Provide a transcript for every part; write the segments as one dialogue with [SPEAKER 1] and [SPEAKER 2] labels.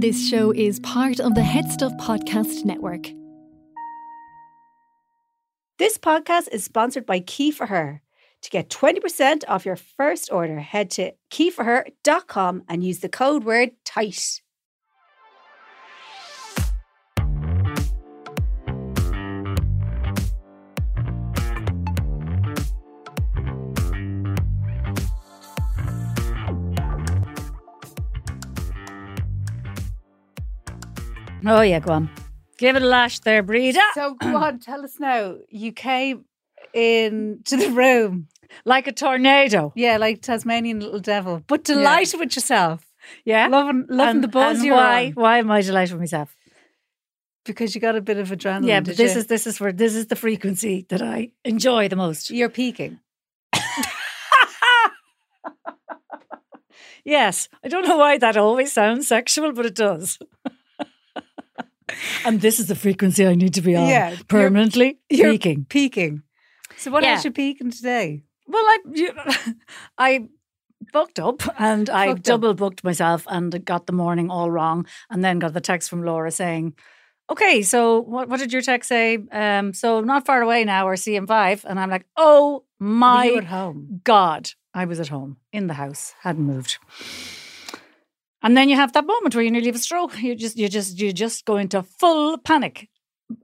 [SPEAKER 1] This show is part of the Head Stuff Podcast Network.
[SPEAKER 2] This podcast is sponsored by Key for Her. To get 20% off your first order, head to keyforher.com and use the code word TIGHT. Oh, yeah, go on.
[SPEAKER 3] Give it a lash there, Breed.
[SPEAKER 2] So go on, tell us now. You came in to the room,
[SPEAKER 3] Like a tornado.
[SPEAKER 2] yeah, like Tasmanian little devil, but delighted with yourself,
[SPEAKER 3] Yeah.
[SPEAKER 2] loving, loving
[SPEAKER 3] And-
[SPEAKER 2] the buzz
[SPEAKER 3] and
[SPEAKER 2] you're
[SPEAKER 3] why,
[SPEAKER 2] on
[SPEAKER 3] why am I delighted with myself?
[SPEAKER 2] because you got a bit of adrenaline.
[SPEAKER 3] yeah, but
[SPEAKER 2] Mm, did
[SPEAKER 3] this
[SPEAKER 2] you?
[SPEAKER 3] is this is for this is the frequency that I enjoy the most.
[SPEAKER 2] you're peaking.
[SPEAKER 3] Yes. I don't know why that always sounds sexual, but it does. and this is the frequency I need to be on
[SPEAKER 2] Yeah, you're-
[SPEAKER 3] permanently
[SPEAKER 2] you're-
[SPEAKER 3] peaking.
[SPEAKER 2] Peaking. So what
[SPEAKER 3] Yeah.
[SPEAKER 2] else you peaking today?
[SPEAKER 3] Well, I you, I booked up and I
[SPEAKER 2] Fucked up.
[SPEAKER 3] double booked myself and got the morning all wrong, and then got the text from Laura saying, "Okay, so what, what did your text say? Um, so not far away now, we're CM5," and I'm like, "Oh
[SPEAKER 2] Were you
[SPEAKER 3] my
[SPEAKER 2] at home.
[SPEAKER 3] God, I was at home in the house, hadn't moved. And then you have that moment where you nearly have a stroke. You just, you just, you just go into full panic.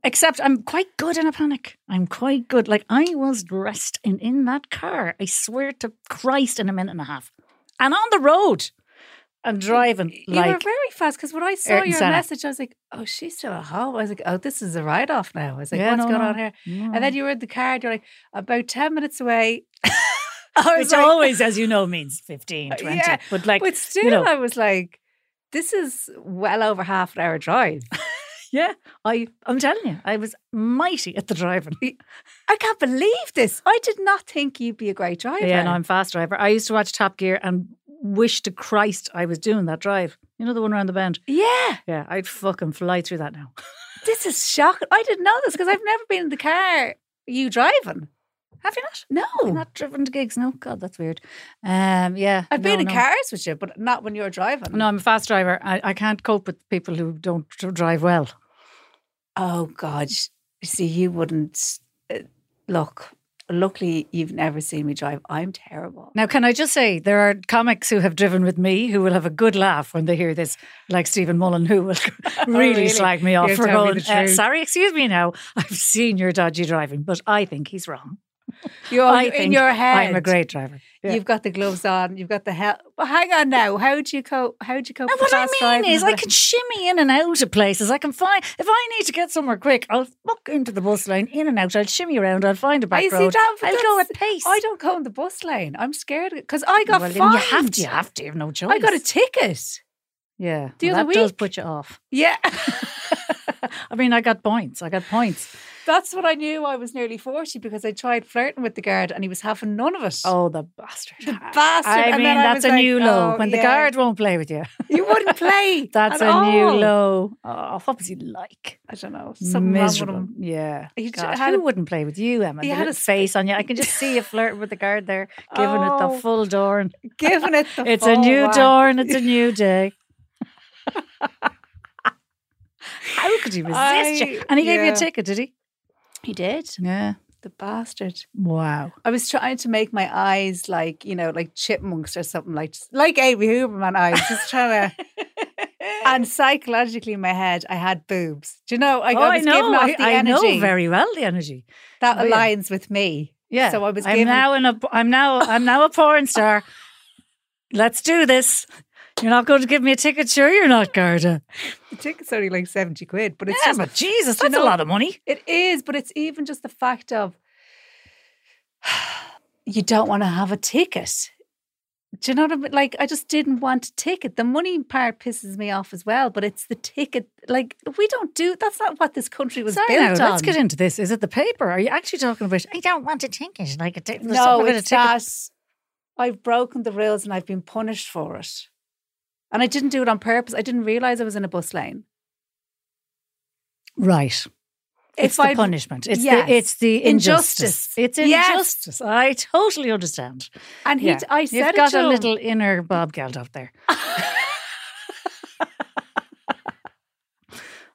[SPEAKER 3] Except I'm quite good in a panic. I'm quite good. Like I was dressed in in that car. I swear to Christ, in a minute and a half, and on the road, and driving
[SPEAKER 2] you were
[SPEAKER 3] like
[SPEAKER 2] very fast because when I saw
[SPEAKER 3] Ayrton
[SPEAKER 2] your
[SPEAKER 3] Senna.
[SPEAKER 2] message, I was like, "Oh, she's still at home." I was like, "Oh, this is a write off now." I was like,
[SPEAKER 3] Yeah,
[SPEAKER 2] "What's
[SPEAKER 3] no,
[SPEAKER 2] going
[SPEAKER 3] no.
[SPEAKER 2] on here?" And
[SPEAKER 3] Mm.
[SPEAKER 2] then you were in the car, and you're like, "About ten minutes away." was
[SPEAKER 3] I which
[SPEAKER 2] like-
[SPEAKER 3] always, as you know, means 15, 20.
[SPEAKER 2] Yeah,
[SPEAKER 3] but like,
[SPEAKER 2] but still,
[SPEAKER 3] know-
[SPEAKER 2] I was like, "This is well over half an hour drive."
[SPEAKER 3] yeah, I, I'm telling you, I was mighty at the driving.
[SPEAKER 2] I can't believe this. I did not think you'd be a great driver.
[SPEAKER 3] Yeah, no, I'm a fast driver. I used to watch Top Gear and wish to Christ I was doing that drive. You know the one around the bend?
[SPEAKER 2] Yeah,
[SPEAKER 3] Yeah, I'd fucking fly through that now.
[SPEAKER 2] this is shocking. I didn't know this because I've never been in the car you driving.
[SPEAKER 3] Have you not?
[SPEAKER 2] No.
[SPEAKER 3] You've not driven to gigs? No, God, that's weird. Um, yeah,
[SPEAKER 2] I've been
[SPEAKER 3] no,
[SPEAKER 2] in
[SPEAKER 3] no.
[SPEAKER 2] cars with you, but not when you're driving.
[SPEAKER 3] No, I'm a fast driver. I, I can't cope with people who don't dr- drive well.
[SPEAKER 2] Oh God! You See, you wouldn't uh, look. Luckily, you've never seen me drive. I'm terrible.
[SPEAKER 3] Now, can I just say there are comics who have driven with me who will have a good laugh when they hear this, like Stephen Mullen, who will Oh, really,
[SPEAKER 2] really?
[SPEAKER 3] slag me off
[SPEAKER 2] You're
[SPEAKER 3] for
[SPEAKER 2] telling me
[SPEAKER 3] going.
[SPEAKER 2] the
[SPEAKER 3] "Uh,
[SPEAKER 2] truth."
[SPEAKER 3] sorry, excuse me. Now I've seen your dodgy driving, but I think he's wrong.
[SPEAKER 2] You're
[SPEAKER 3] I
[SPEAKER 2] in
[SPEAKER 3] think
[SPEAKER 2] your head.
[SPEAKER 3] I'm a great driver. Yeah.
[SPEAKER 2] You've got the gloves on. You've got the help. Well, hang on now. How do you cope? How do you cope?
[SPEAKER 3] No,
[SPEAKER 2] with
[SPEAKER 3] what I
[SPEAKER 2] fast
[SPEAKER 3] mean
[SPEAKER 2] driving
[SPEAKER 3] is,
[SPEAKER 2] and
[SPEAKER 3] I
[SPEAKER 2] the-
[SPEAKER 3] can shimmy in and out of places. I can find if I need to get somewhere quick, I'll walk into the bus lane, in and out. I'll shimmy around. I'll find a back
[SPEAKER 2] I see
[SPEAKER 3] road.
[SPEAKER 2] that, but
[SPEAKER 3] I'll go
[SPEAKER 2] that's-
[SPEAKER 3] at pace.
[SPEAKER 2] I don't go on the bus lane. I'm scared because I got
[SPEAKER 3] well, then
[SPEAKER 2] fined.
[SPEAKER 3] you have to. You have to. You have no choice.
[SPEAKER 2] I got a ticket.
[SPEAKER 3] yeah.
[SPEAKER 2] the
[SPEAKER 3] well,
[SPEAKER 2] other
[SPEAKER 3] that does
[SPEAKER 2] week.
[SPEAKER 3] put you off.
[SPEAKER 2] Yeah,
[SPEAKER 3] I mean, I got points. I got points.
[SPEAKER 2] that's what I knew. I was nearly forty because I tried flirting with the guard, and he was having none of it.
[SPEAKER 3] Oh, the bastard!
[SPEAKER 2] The bastard.
[SPEAKER 3] I
[SPEAKER 2] And
[SPEAKER 3] mean,
[SPEAKER 2] then I
[SPEAKER 3] that's
[SPEAKER 2] was
[SPEAKER 3] a
[SPEAKER 2] like,
[SPEAKER 3] new low.
[SPEAKER 2] oh,
[SPEAKER 3] when the
[SPEAKER 2] yeah.
[SPEAKER 3] guard won't play with you,
[SPEAKER 2] you wouldn't play.
[SPEAKER 3] that's
[SPEAKER 2] at
[SPEAKER 3] a new
[SPEAKER 2] all.
[SPEAKER 3] low. Oh, what was he like?
[SPEAKER 2] I don't know. Something
[SPEAKER 3] Miserable.
[SPEAKER 2] wrong with him.
[SPEAKER 3] Yeah.
[SPEAKER 2] He j-
[SPEAKER 3] God,
[SPEAKER 2] had
[SPEAKER 3] who
[SPEAKER 2] a-
[SPEAKER 3] wouldn't play with you, Emma?
[SPEAKER 2] He
[SPEAKER 3] He
[SPEAKER 2] had
[SPEAKER 3] had
[SPEAKER 2] a
[SPEAKER 3] his face on you. I can just see you flirting with the guard there, giving it
[SPEAKER 2] Oh.
[SPEAKER 3] the full dorn.
[SPEAKER 2] Giving it the
[SPEAKER 3] It's a
[SPEAKER 2] full
[SPEAKER 3] new
[SPEAKER 2] whack.
[SPEAKER 3] dawn. It's a new day. How could he resist you?
[SPEAKER 2] I-
[SPEAKER 3] And he gave you
[SPEAKER 2] yeah.
[SPEAKER 3] a ticket, did he?
[SPEAKER 2] He did.
[SPEAKER 3] Yeah.
[SPEAKER 2] The bastard.
[SPEAKER 3] Wow.
[SPEAKER 2] I was trying to make my eyes like, you know, like chipmunks or something like like Amy Huberman eyes. Just trying to and psychologically in my head I had boobs. Do you know? I,
[SPEAKER 3] oh,
[SPEAKER 2] I
[SPEAKER 3] I
[SPEAKER 2] was
[SPEAKER 3] know.
[SPEAKER 2] giving off
[SPEAKER 3] I,
[SPEAKER 2] the
[SPEAKER 3] I
[SPEAKER 2] energy
[SPEAKER 3] know very well the energy.
[SPEAKER 2] that
[SPEAKER 3] Oh, yeah.
[SPEAKER 2] aligns with me.
[SPEAKER 3] Yeah.
[SPEAKER 2] So I was
[SPEAKER 3] I'm
[SPEAKER 2] giving-
[SPEAKER 3] now in a. I'm now. I'm now a porn star. Let's do this. You're not going to give me a ticket, sure? You're not, Garda.
[SPEAKER 2] The ticket's only like 70 quid, but it's
[SPEAKER 3] Yeah,
[SPEAKER 2] just
[SPEAKER 3] but Jesus,
[SPEAKER 2] you
[SPEAKER 3] that's
[SPEAKER 2] know-
[SPEAKER 3] a lot of money.
[SPEAKER 2] It is, but it's even just the fact of you don't want to have a ticket. Do you know what I mean? Like, I just didn't want a ticket. The money part pisses me off as well, but it's the ticket. Like, we don't do that's not what this country was
[SPEAKER 3] Sorry,
[SPEAKER 2] built
[SPEAKER 3] now,
[SPEAKER 2] on.
[SPEAKER 3] let's get into this. Is it the paper? Are you actually talking about? I don't want a ticket. Like a ticket.
[SPEAKER 2] no, it's that I've broken the rules and I've been punished for it. And I didn't do it on purpose. I didn't realize I was in a bus lane.
[SPEAKER 3] Right. It's the
[SPEAKER 2] I'd-
[SPEAKER 3] punishment. It's
[SPEAKER 2] Yes.
[SPEAKER 3] the it's the
[SPEAKER 2] Injustice.
[SPEAKER 3] injustice. It's
[SPEAKER 2] Yes.
[SPEAKER 3] injustice. I totally understand.
[SPEAKER 2] and he,
[SPEAKER 3] Yeah.
[SPEAKER 2] I said
[SPEAKER 3] You've
[SPEAKER 2] it
[SPEAKER 3] got
[SPEAKER 2] to
[SPEAKER 3] a
[SPEAKER 2] him.
[SPEAKER 3] little inner Bob Geldof there.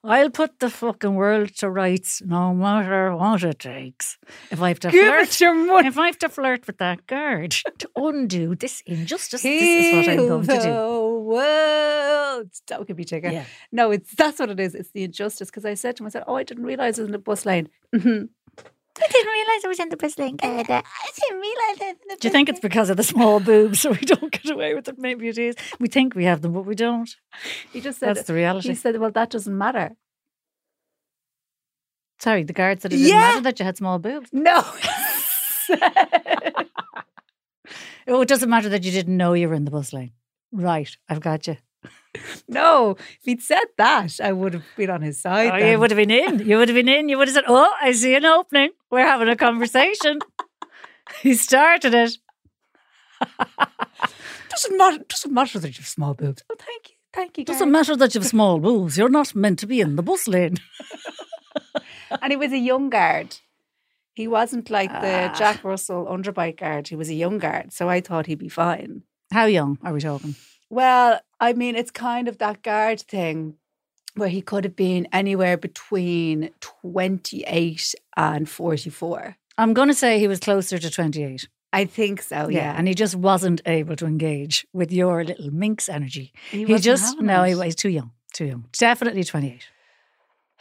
[SPEAKER 3] I'll put the fucking world to rights no matter what it takes. If I have to
[SPEAKER 2] Give
[SPEAKER 3] flirt
[SPEAKER 2] us your money.
[SPEAKER 3] if I have to flirt with that guard to undo this injustice, this is what I'm going
[SPEAKER 2] Heal
[SPEAKER 3] to
[SPEAKER 2] the world. That could be
[SPEAKER 3] do.
[SPEAKER 2] taken.
[SPEAKER 3] Yeah.
[SPEAKER 2] No, it's that's what it is. It's the injustice. Because I said to myself, "Oh, I didn't realize it was in the bus lane." Mhm.
[SPEAKER 3] I didn't realise I was in the best lane. I didn't realise Do you think it's because of the small boobs so we don't get away with it? Maybe it is. We think we have them, but we don't.
[SPEAKER 2] He just said,
[SPEAKER 3] That's the
[SPEAKER 2] "He
[SPEAKER 3] reality.
[SPEAKER 2] said, well, that doesn't matter."
[SPEAKER 3] Sorry, the guard said it didn't
[SPEAKER 2] Yeah.
[SPEAKER 3] matter that you had small boobs.
[SPEAKER 2] No.
[SPEAKER 3] Oh, it doesn't matter that you didn't know you were in the bus lane. Right, I've got you.
[SPEAKER 2] no, if he'd said that, I would have been on his side.
[SPEAKER 3] Oh,
[SPEAKER 2] then.
[SPEAKER 3] you would have been in. You would have been in. You would have said, "Oh, I see an opening. We're having a conversation." he started it.
[SPEAKER 2] doesn't matter. Doesn't matter that you've small boobs. Oh, thank you, thank you.
[SPEAKER 3] Doesn't matter that you have small boobs. You're not meant to be in the bus lane.
[SPEAKER 2] guard. And he was a young guard. He wasn't like the
[SPEAKER 3] Ah.
[SPEAKER 2] Jack Russell underbite guard. He was a young guard, so I thought he'd be fine.
[SPEAKER 3] How young are we talking?
[SPEAKER 2] Well, I mean, it's kind of that guard thing where he could have been anywhere between 28 and 44.
[SPEAKER 3] I'm going to say he was closer to 28.
[SPEAKER 2] I think so, yeah.
[SPEAKER 3] and he just wasn't able to engage with your little minx energy. He,
[SPEAKER 2] wasn't
[SPEAKER 3] just
[SPEAKER 2] having
[SPEAKER 3] no,
[SPEAKER 2] it.
[SPEAKER 3] he was too young. Too young. Definitely 28.
[SPEAKER 2] But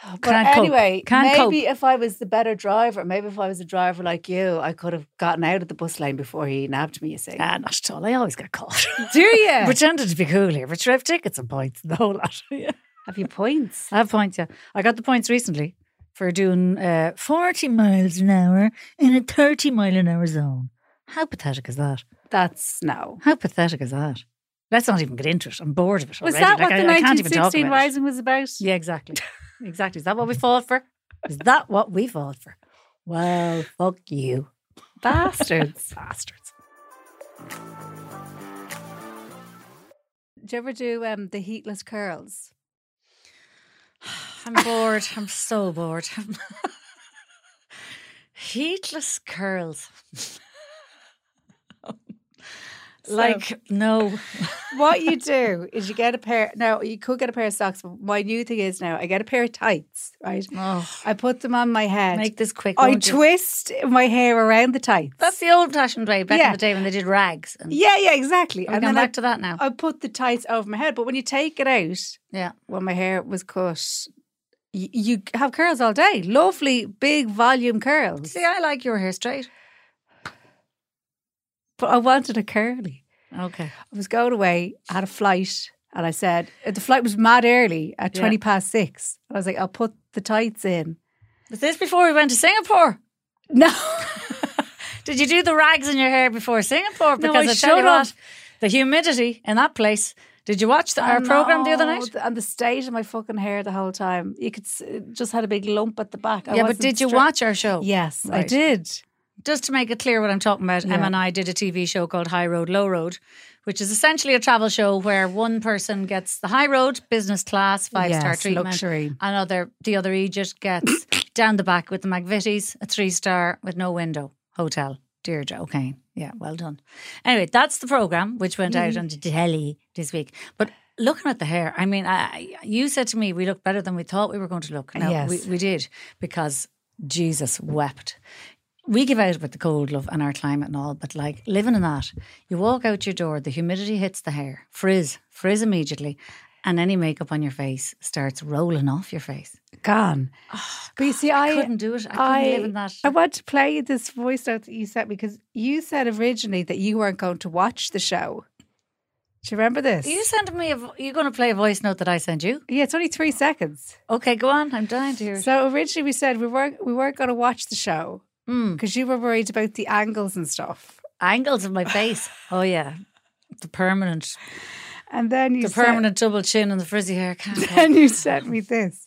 [SPEAKER 3] Oh, Can't cope.
[SPEAKER 2] anyway,
[SPEAKER 3] Can't cope.
[SPEAKER 2] maybe if I was the better driver, maybe if I was a driver like you, I could have gotten out of the bus lane before he nabbed me, you see.
[SPEAKER 3] Ah, not at all. I always got caught.
[SPEAKER 2] Do you?
[SPEAKER 3] Pretended to be cool here, but you have tickets and points, and the whole lot. yeah.
[SPEAKER 2] have you points?
[SPEAKER 3] I have points, yeah. I got the points recently for doing uh, 40 miles an hour in a 30 mile an hour zone. How pathetic is that?
[SPEAKER 2] That's no.
[SPEAKER 3] How pathetic is that? Let's not even get into it. I'm bored of it.
[SPEAKER 2] Was
[SPEAKER 3] already.
[SPEAKER 2] that
[SPEAKER 3] Like,
[SPEAKER 2] what
[SPEAKER 3] I-
[SPEAKER 2] the
[SPEAKER 3] I can't even talk
[SPEAKER 2] 1916
[SPEAKER 3] about it.
[SPEAKER 2] Rising was about?
[SPEAKER 3] Yeah, exactly. Exactly. Is that what we fought for? Is that what we fought for? Well, fuck you,
[SPEAKER 2] Bastards.
[SPEAKER 3] bastards.
[SPEAKER 2] Do you ever do um, the heatless curls?
[SPEAKER 3] I'm bored. I'm so bored. Heatless curls. like, no.
[SPEAKER 2] what you do is you get a pair. Now you could get a pair of socks, but my new thing is now I get a pair of tights. Right,
[SPEAKER 3] Oh,
[SPEAKER 2] I put them on my head.
[SPEAKER 3] make this quick.
[SPEAKER 2] I
[SPEAKER 3] won't you?
[SPEAKER 2] twist my hair around the tights.
[SPEAKER 3] That's the old fashioned way back
[SPEAKER 2] Yeah.
[SPEAKER 3] in the day when they did rags. And
[SPEAKER 2] yeah, yeah, exactly.
[SPEAKER 3] we're
[SPEAKER 2] and
[SPEAKER 3] going
[SPEAKER 2] then I,
[SPEAKER 3] back to that now.
[SPEAKER 2] I put the tights over my head. But when you take it out,
[SPEAKER 3] yeah.
[SPEAKER 2] when my hair was cut, you, you have curls all day. Lovely big volume curls.
[SPEAKER 3] See, I like your hair straight.
[SPEAKER 2] But I wanted a curly.
[SPEAKER 3] Okay.
[SPEAKER 2] I was going away, I had a flight, and I said, the flight was mad early at
[SPEAKER 3] Yeah.
[SPEAKER 2] 20 past six. And I was like, I'll put the tights in.
[SPEAKER 3] Was this before we went to Singapore?
[SPEAKER 2] No.
[SPEAKER 3] Did you do the rags in your hair before Singapore?
[SPEAKER 2] No,
[SPEAKER 3] Because
[SPEAKER 2] I
[SPEAKER 3] I, tell you
[SPEAKER 2] should
[SPEAKER 3] what,
[SPEAKER 2] have.
[SPEAKER 3] the humidity in that place. Did you watch the, our program the other
[SPEAKER 2] No,
[SPEAKER 3] night?
[SPEAKER 2] And the state of my fucking hair the whole time. You could s- it just had a big lump at the back. I
[SPEAKER 3] yeah, but
[SPEAKER 2] wasn't
[SPEAKER 3] did you
[SPEAKER 2] stra-
[SPEAKER 3] watch our show?
[SPEAKER 2] Yes, I
[SPEAKER 3] Right.
[SPEAKER 2] did.
[SPEAKER 3] Just to make it clear what I'm talking about,
[SPEAKER 2] Yeah.
[SPEAKER 3] Emma and I did a TV show called High Road, Low Road, which is essentially a travel show where one person gets the high road, business class, five star
[SPEAKER 2] Yes,
[SPEAKER 3] treatment,
[SPEAKER 2] luxury.
[SPEAKER 3] and other the other Egypt gets down the back with the McVitie's, a three star with no window hotel. Deirdre O'Kane. Yeah, well done. Anyway, that's the programme which went
[SPEAKER 2] Mm-hmm.
[SPEAKER 3] out on the telly this week. But looking at the hair, I mean, I, I- you said to me we look better than we thought we were going to look. Now,
[SPEAKER 2] Yes.
[SPEAKER 3] we, we did because Jesus wept. We give out about the cold love and our climate and all, but like living in that, you walk out your door, the humidity hits the hair, frizz, frizz immediately, and any makeup on your face starts rolling off your face.
[SPEAKER 2] Gone. but you see, I,
[SPEAKER 3] couldn't do it. Oh, I couldn't live in that.
[SPEAKER 2] I want to play you this voice note that you sent me because you said originally that you weren't going to watch the show. Do you remember this?
[SPEAKER 3] Are you sending me a? vo- You're going to play a voice note that I send you?
[SPEAKER 2] yeah, it's only three seconds.
[SPEAKER 3] Okay, go on. I'm dying to hear. it.
[SPEAKER 2] So originally we said we weren't we weren't going to watch the show
[SPEAKER 3] Mm.
[SPEAKER 2] because you were worried about the angles and stuff.
[SPEAKER 3] angles of my face. Oh yeah, the permanent,
[SPEAKER 2] And then you
[SPEAKER 3] the
[SPEAKER 2] said,
[SPEAKER 3] permanent double chin and the frizzy hair. Can't help
[SPEAKER 2] Then you sent me this.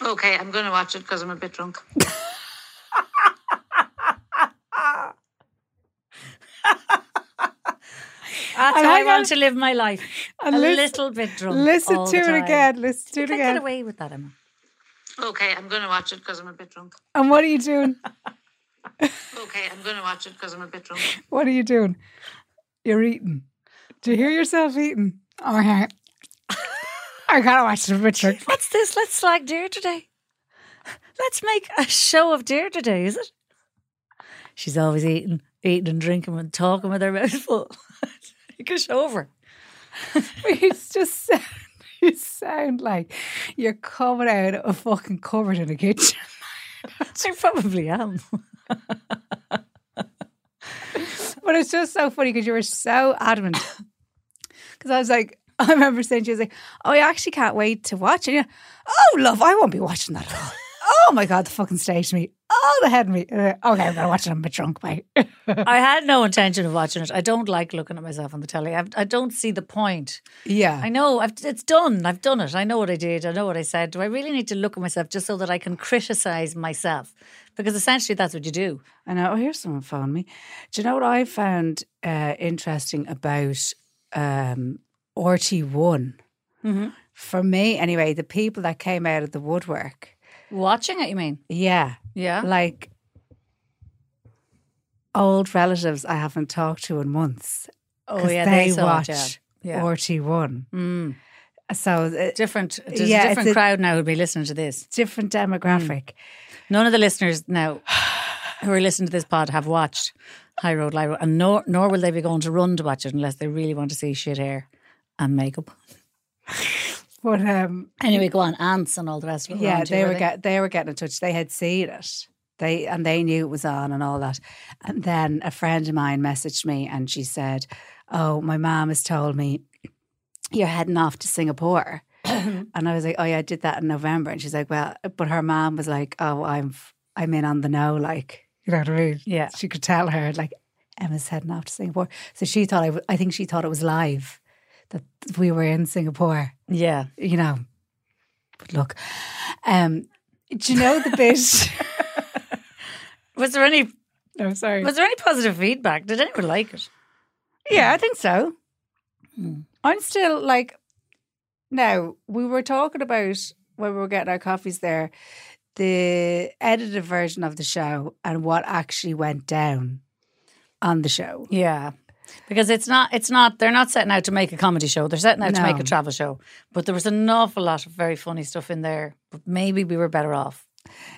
[SPEAKER 4] Okay, I'm going to watch it because I'm a bit drunk.
[SPEAKER 3] That's
[SPEAKER 2] And
[SPEAKER 3] how I
[SPEAKER 2] hang on.
[SPEAKER 3] want to live my life.
[SPEAKER 2] And
[SPEAKER 3] a
[SPEAKER 2] lis-
[SPEAKER 3] little bit drunk.
[SPEAKER 2] Listen
[SPEAKER 3] all
[SPEAKER 2] to
[SPEAKER 3] the
[SPEAKER 2] it
[SPEAKER 3] time.
[SPEAKER 2] again. Listen to
[SPEAKER 3] You
[SPEAKER 2] it
[SPEAKER 3] can't get
[SPEAKER 2] again.
[SPEAKER 3] away with that, Emma.
[SPEAKER 4] Okay, I'm going to watch it because I'm a bit drunk.
[SPEAKER 2] And what are you doing?
[SPEAKER 4] Okay, I'm going to watch it because I'm a bit drunk.
[SPEAKER 2] What are you doing? You're eating. Do you hear yourself eating? Oh, yeah. I can't watch it, Richard.
[SPEAKER 3] What's this? Let's slag deer today. Let's make a show of deer today, is it? She's always eating, eating and drinking and talking with her mouth full. you can show her.
[SPEAKER 2] It's just sound, you sound like you're coming out of a fucking cupboard in a kitchen.
[SPEAKER 3] She probably am.
[SPEAKER 2] But it's just so funny because you were so adamant. Because I was like, I remember saying she was like, "Oh, I actually can't wait to watch it." And you're, oh, love, I won't be watching that at all. oh my god, the fucking stage me. Oh, the head me. Uh, okay, I'm gonna watch it. I'm a bit drunk, mate.
[SPEAKER 3] I had no intention of watching it. I don't like looking at myself on the telly. I've, I don't see the point.
[SPEAKER 2] yeah,
[SPEAKER 3] I know I've, it's done. I've done it. I know what I did. I know what I said. Do I really need to look at myself just so that I can criticize myself? Because essentially, that's what you do.
[SPEAKER 2] I know. Oh, here's someone found me. Do you know what I found uh, interesting about um, RT One? Mm-hmm. For me, anyway, the people that came out of the woodwork.
[SPEAKER 3] Watching it, you mean?
[SPEAKER 2] Yeah,
[SPEAKER 3] Yeah.
[SPEAKER 2] like old relatives I haven't talked to in months.
[SPEAKER 3] Oh,
[SPEAKER 2] 'cause
[SPEAKER 3] yeah.
[SPEAKER 2] they,
[SPEAKER 3] saw it,
[SPEAKER 2] watch
[SPEAKER 3] yeah. Yeah. Mm.
[SPEAKER 2] RT One. So it's
[SPEAKER 3] different. There's
[SPEAKER 2] Yeah,
[SPEAKER 3] a
[SPEAKER 2] it's
[SPEAKER 3] different
[SPEAKER 2] a-
[SPEAKER 3] crowd now who'd be listening to this.
[SPEAKER 2] different demographic.
[SPEAKER 3] None of the listeners now who are listening to this pod have watched High Road, Lie Road, and nor nor will they be going to run to watch it unless they really want to see shit hair and makeup.
[SPEAKER 2] But um,
[SPEAKER 3] Anyway, go Mm. on, ants and all the rest of it.
[SPEAKER 2] yeah,
[SPEAKER 3] aren't you,
[SPEAKER 2] they were get, they were getting in touch. They had seen it. They and they knew it was on and all that. And then a friend of mine messaged me and she said, "Oh, my mom has told me you're heading off to Singapore." and I was like, "Oh yeah, I did that in November." And she's like, "Well," but her mom was like, "Oh, I'm I'm in on the know." Like, you know what I mean?
[SPEAKER 3] Yeah.
[SPEAKER 2] she could tell her like Emma's heading off to Singapore. So she thought I, w- I think she thought it was live that we were in Singapore
[SPEAKER 3] Yeah.
[SPEAKER 2] you know, but look, um, do you know the bit?
[SPEAKER 3] Was there any
[SPEAKER 2] I'm sorry.
[SPEAKER 3] was there any positive feedback? Did anyone like it?
[SPEAKER 2] yeah, I think so.
[SPEAKER 3] Hmm.
[SPEAKER 2] I'm still like, now we were talking about when we were getting our coffees there, the edited version of the show and what actually went down on the show.
[SPEAKER 3] Yeah. Because it's not it's not they're not setting out to make a comedy show. They're setting out to make
[SPEAKER 2] No.
[SPEAKER 3] a travel show. But there was an awful lot of very funny stuff in there. But maybe we were better off.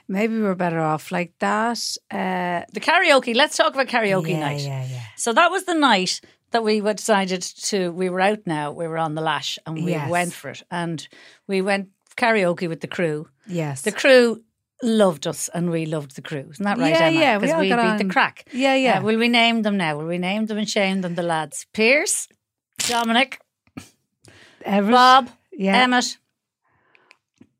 [SPEAKER 2] Maybe we were better off like that. Uh,
[SPEAKER 3] The karaoke, let's talk about karaoke
[SPEAKER 2] yeah,
[SPEAKER 3] night.
[SPEAKER 2] yeah, yeah.
[SPEAKER 3] So that was the night that we were decided to we were out now, we were on the lash and we
[SPEAKER 2] Yes.
[SPEAKER 3] went for it. And we went karaoke with the crew.
[SPEAKER 2] Yes.
[SPEAKER 3] The crew loved us and we loved the crew. Isn't that right,
[SPEAKER 2] Yeah,
[SPEAKER 3] Emma?
[SPEAKER 2] yeah, we
[SPEAKER 3] Because
[SPEAKER 2] all
[SPEAKER 3] we,
[SPEAKER 2] got
[SPEAKER 3] beat
[SPEAKER 2] on.
[SPEAKER 3] the crack.
[SPEAKER 2] yeah, yeah.
[SPEAKER 3] Uh, will we name them now? Will we name them and shame them? The lads Pierce, Dominic,
[SPEAKER 2] Everett-
[SPEAKER 3] Bob,
[SPEAKER 2] yeah.
[SPEAKER 3] Emmett,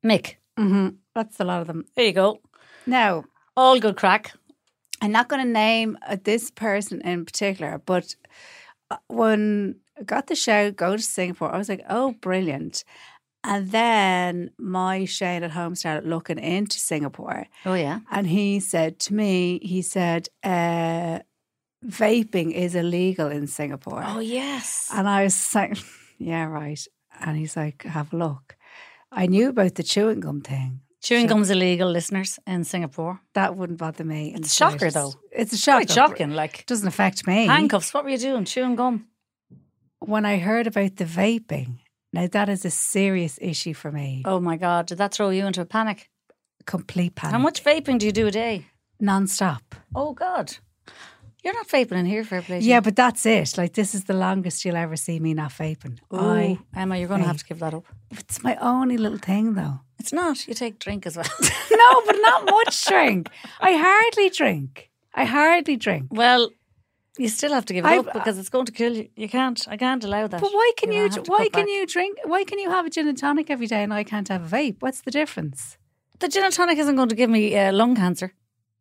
[SPEAKER 3] Mick.
[SPEAKER 2] hmm That's a lot of them.
[SPEAKER 3] There you go.
[SPEAKER 2] Now,
[SPEAKER 3] All good crack.
[SPEAKER 2] I'm not going to name uh, this person in particular, but uh, when I got the show, go to Singapore, I was like, oh, brilliant. And then my Shane at home started looking into Singapore.
[SPEAKER 3] Oh, yeah.
[SPEAKER 2] And he said to me, he said, uh, vaping is illegal in Singapore.
[SPEAKER 3] Oh, yes.
[SPEAKER 2] And I was like, yeah, right. And he's like, have a look. I knew about the chewing gum thing.
[SPEAKER 3] Chewing gum's illegal, listeners, in Singapore.
[SPEAKER 2] That wouldn't bother me. in
[SPEAKER 3] It's a
[SPEAKER 2] the
[SPEAKER 3] shocker,
[SPEAKER 2] slightest.
[SPEAKER 3] though.
[SPEAKER 2] It's a shocker.
[SPEAKER 3] Quite shocking. Like,
[SPEAKER 2] Doesn't affect me.
[SPEAKER 3] handcuffs. What were you doing? Chewing gum.
[SPEAKER 2] when I heard about the vaping, now that is a serious issue for me.
[SPEAKER 3] Oh, my God. Did that throw you into a panic?
[SPEAKER 2] Complete panic.
[SPEAKER 3] How much vaping do you do a day?
[SPEAKER 2] Non-stop.
[SPEAKER 3] Oh, God. You're not vaping in here, fair play. to you.
[SPEAKER 2] Yeah, but that's it. Like this is the longest you'll ever see me not vaping. I.
[SPEAKER 3] Ooh, Emma, you're going to have to give that up.
[SPEAKER 2] It's my only little thing though.
[SPEAKER 3] It's not. You take drink as well.
[SPEAKER 2] no, but not much drink. I hardly drink. I hardly drink.
[SPEAKER 3] Well, you still have to give it
[SPEAKER 2] I've-
[SPEAKER 3] up because it's going to kill you. You can't. I can't allow that.
[SPEAKER 2] But why can
[SPEAKER 3] You're
[SPEAKER 2] you?
[SPEAKER 3] gonna have to
[SPEAKER 2] Why
[SPEAKER 3] cut
[SPEAKER 2] can
[SPEAKER 3] back.
[SPEAKER 2] you drink? Why can you have a gin and tonic every day and I can't have a vape? What's the difference?
[SPEAKER 3] The gin and tonic isn't going to give me uh, lung cancer.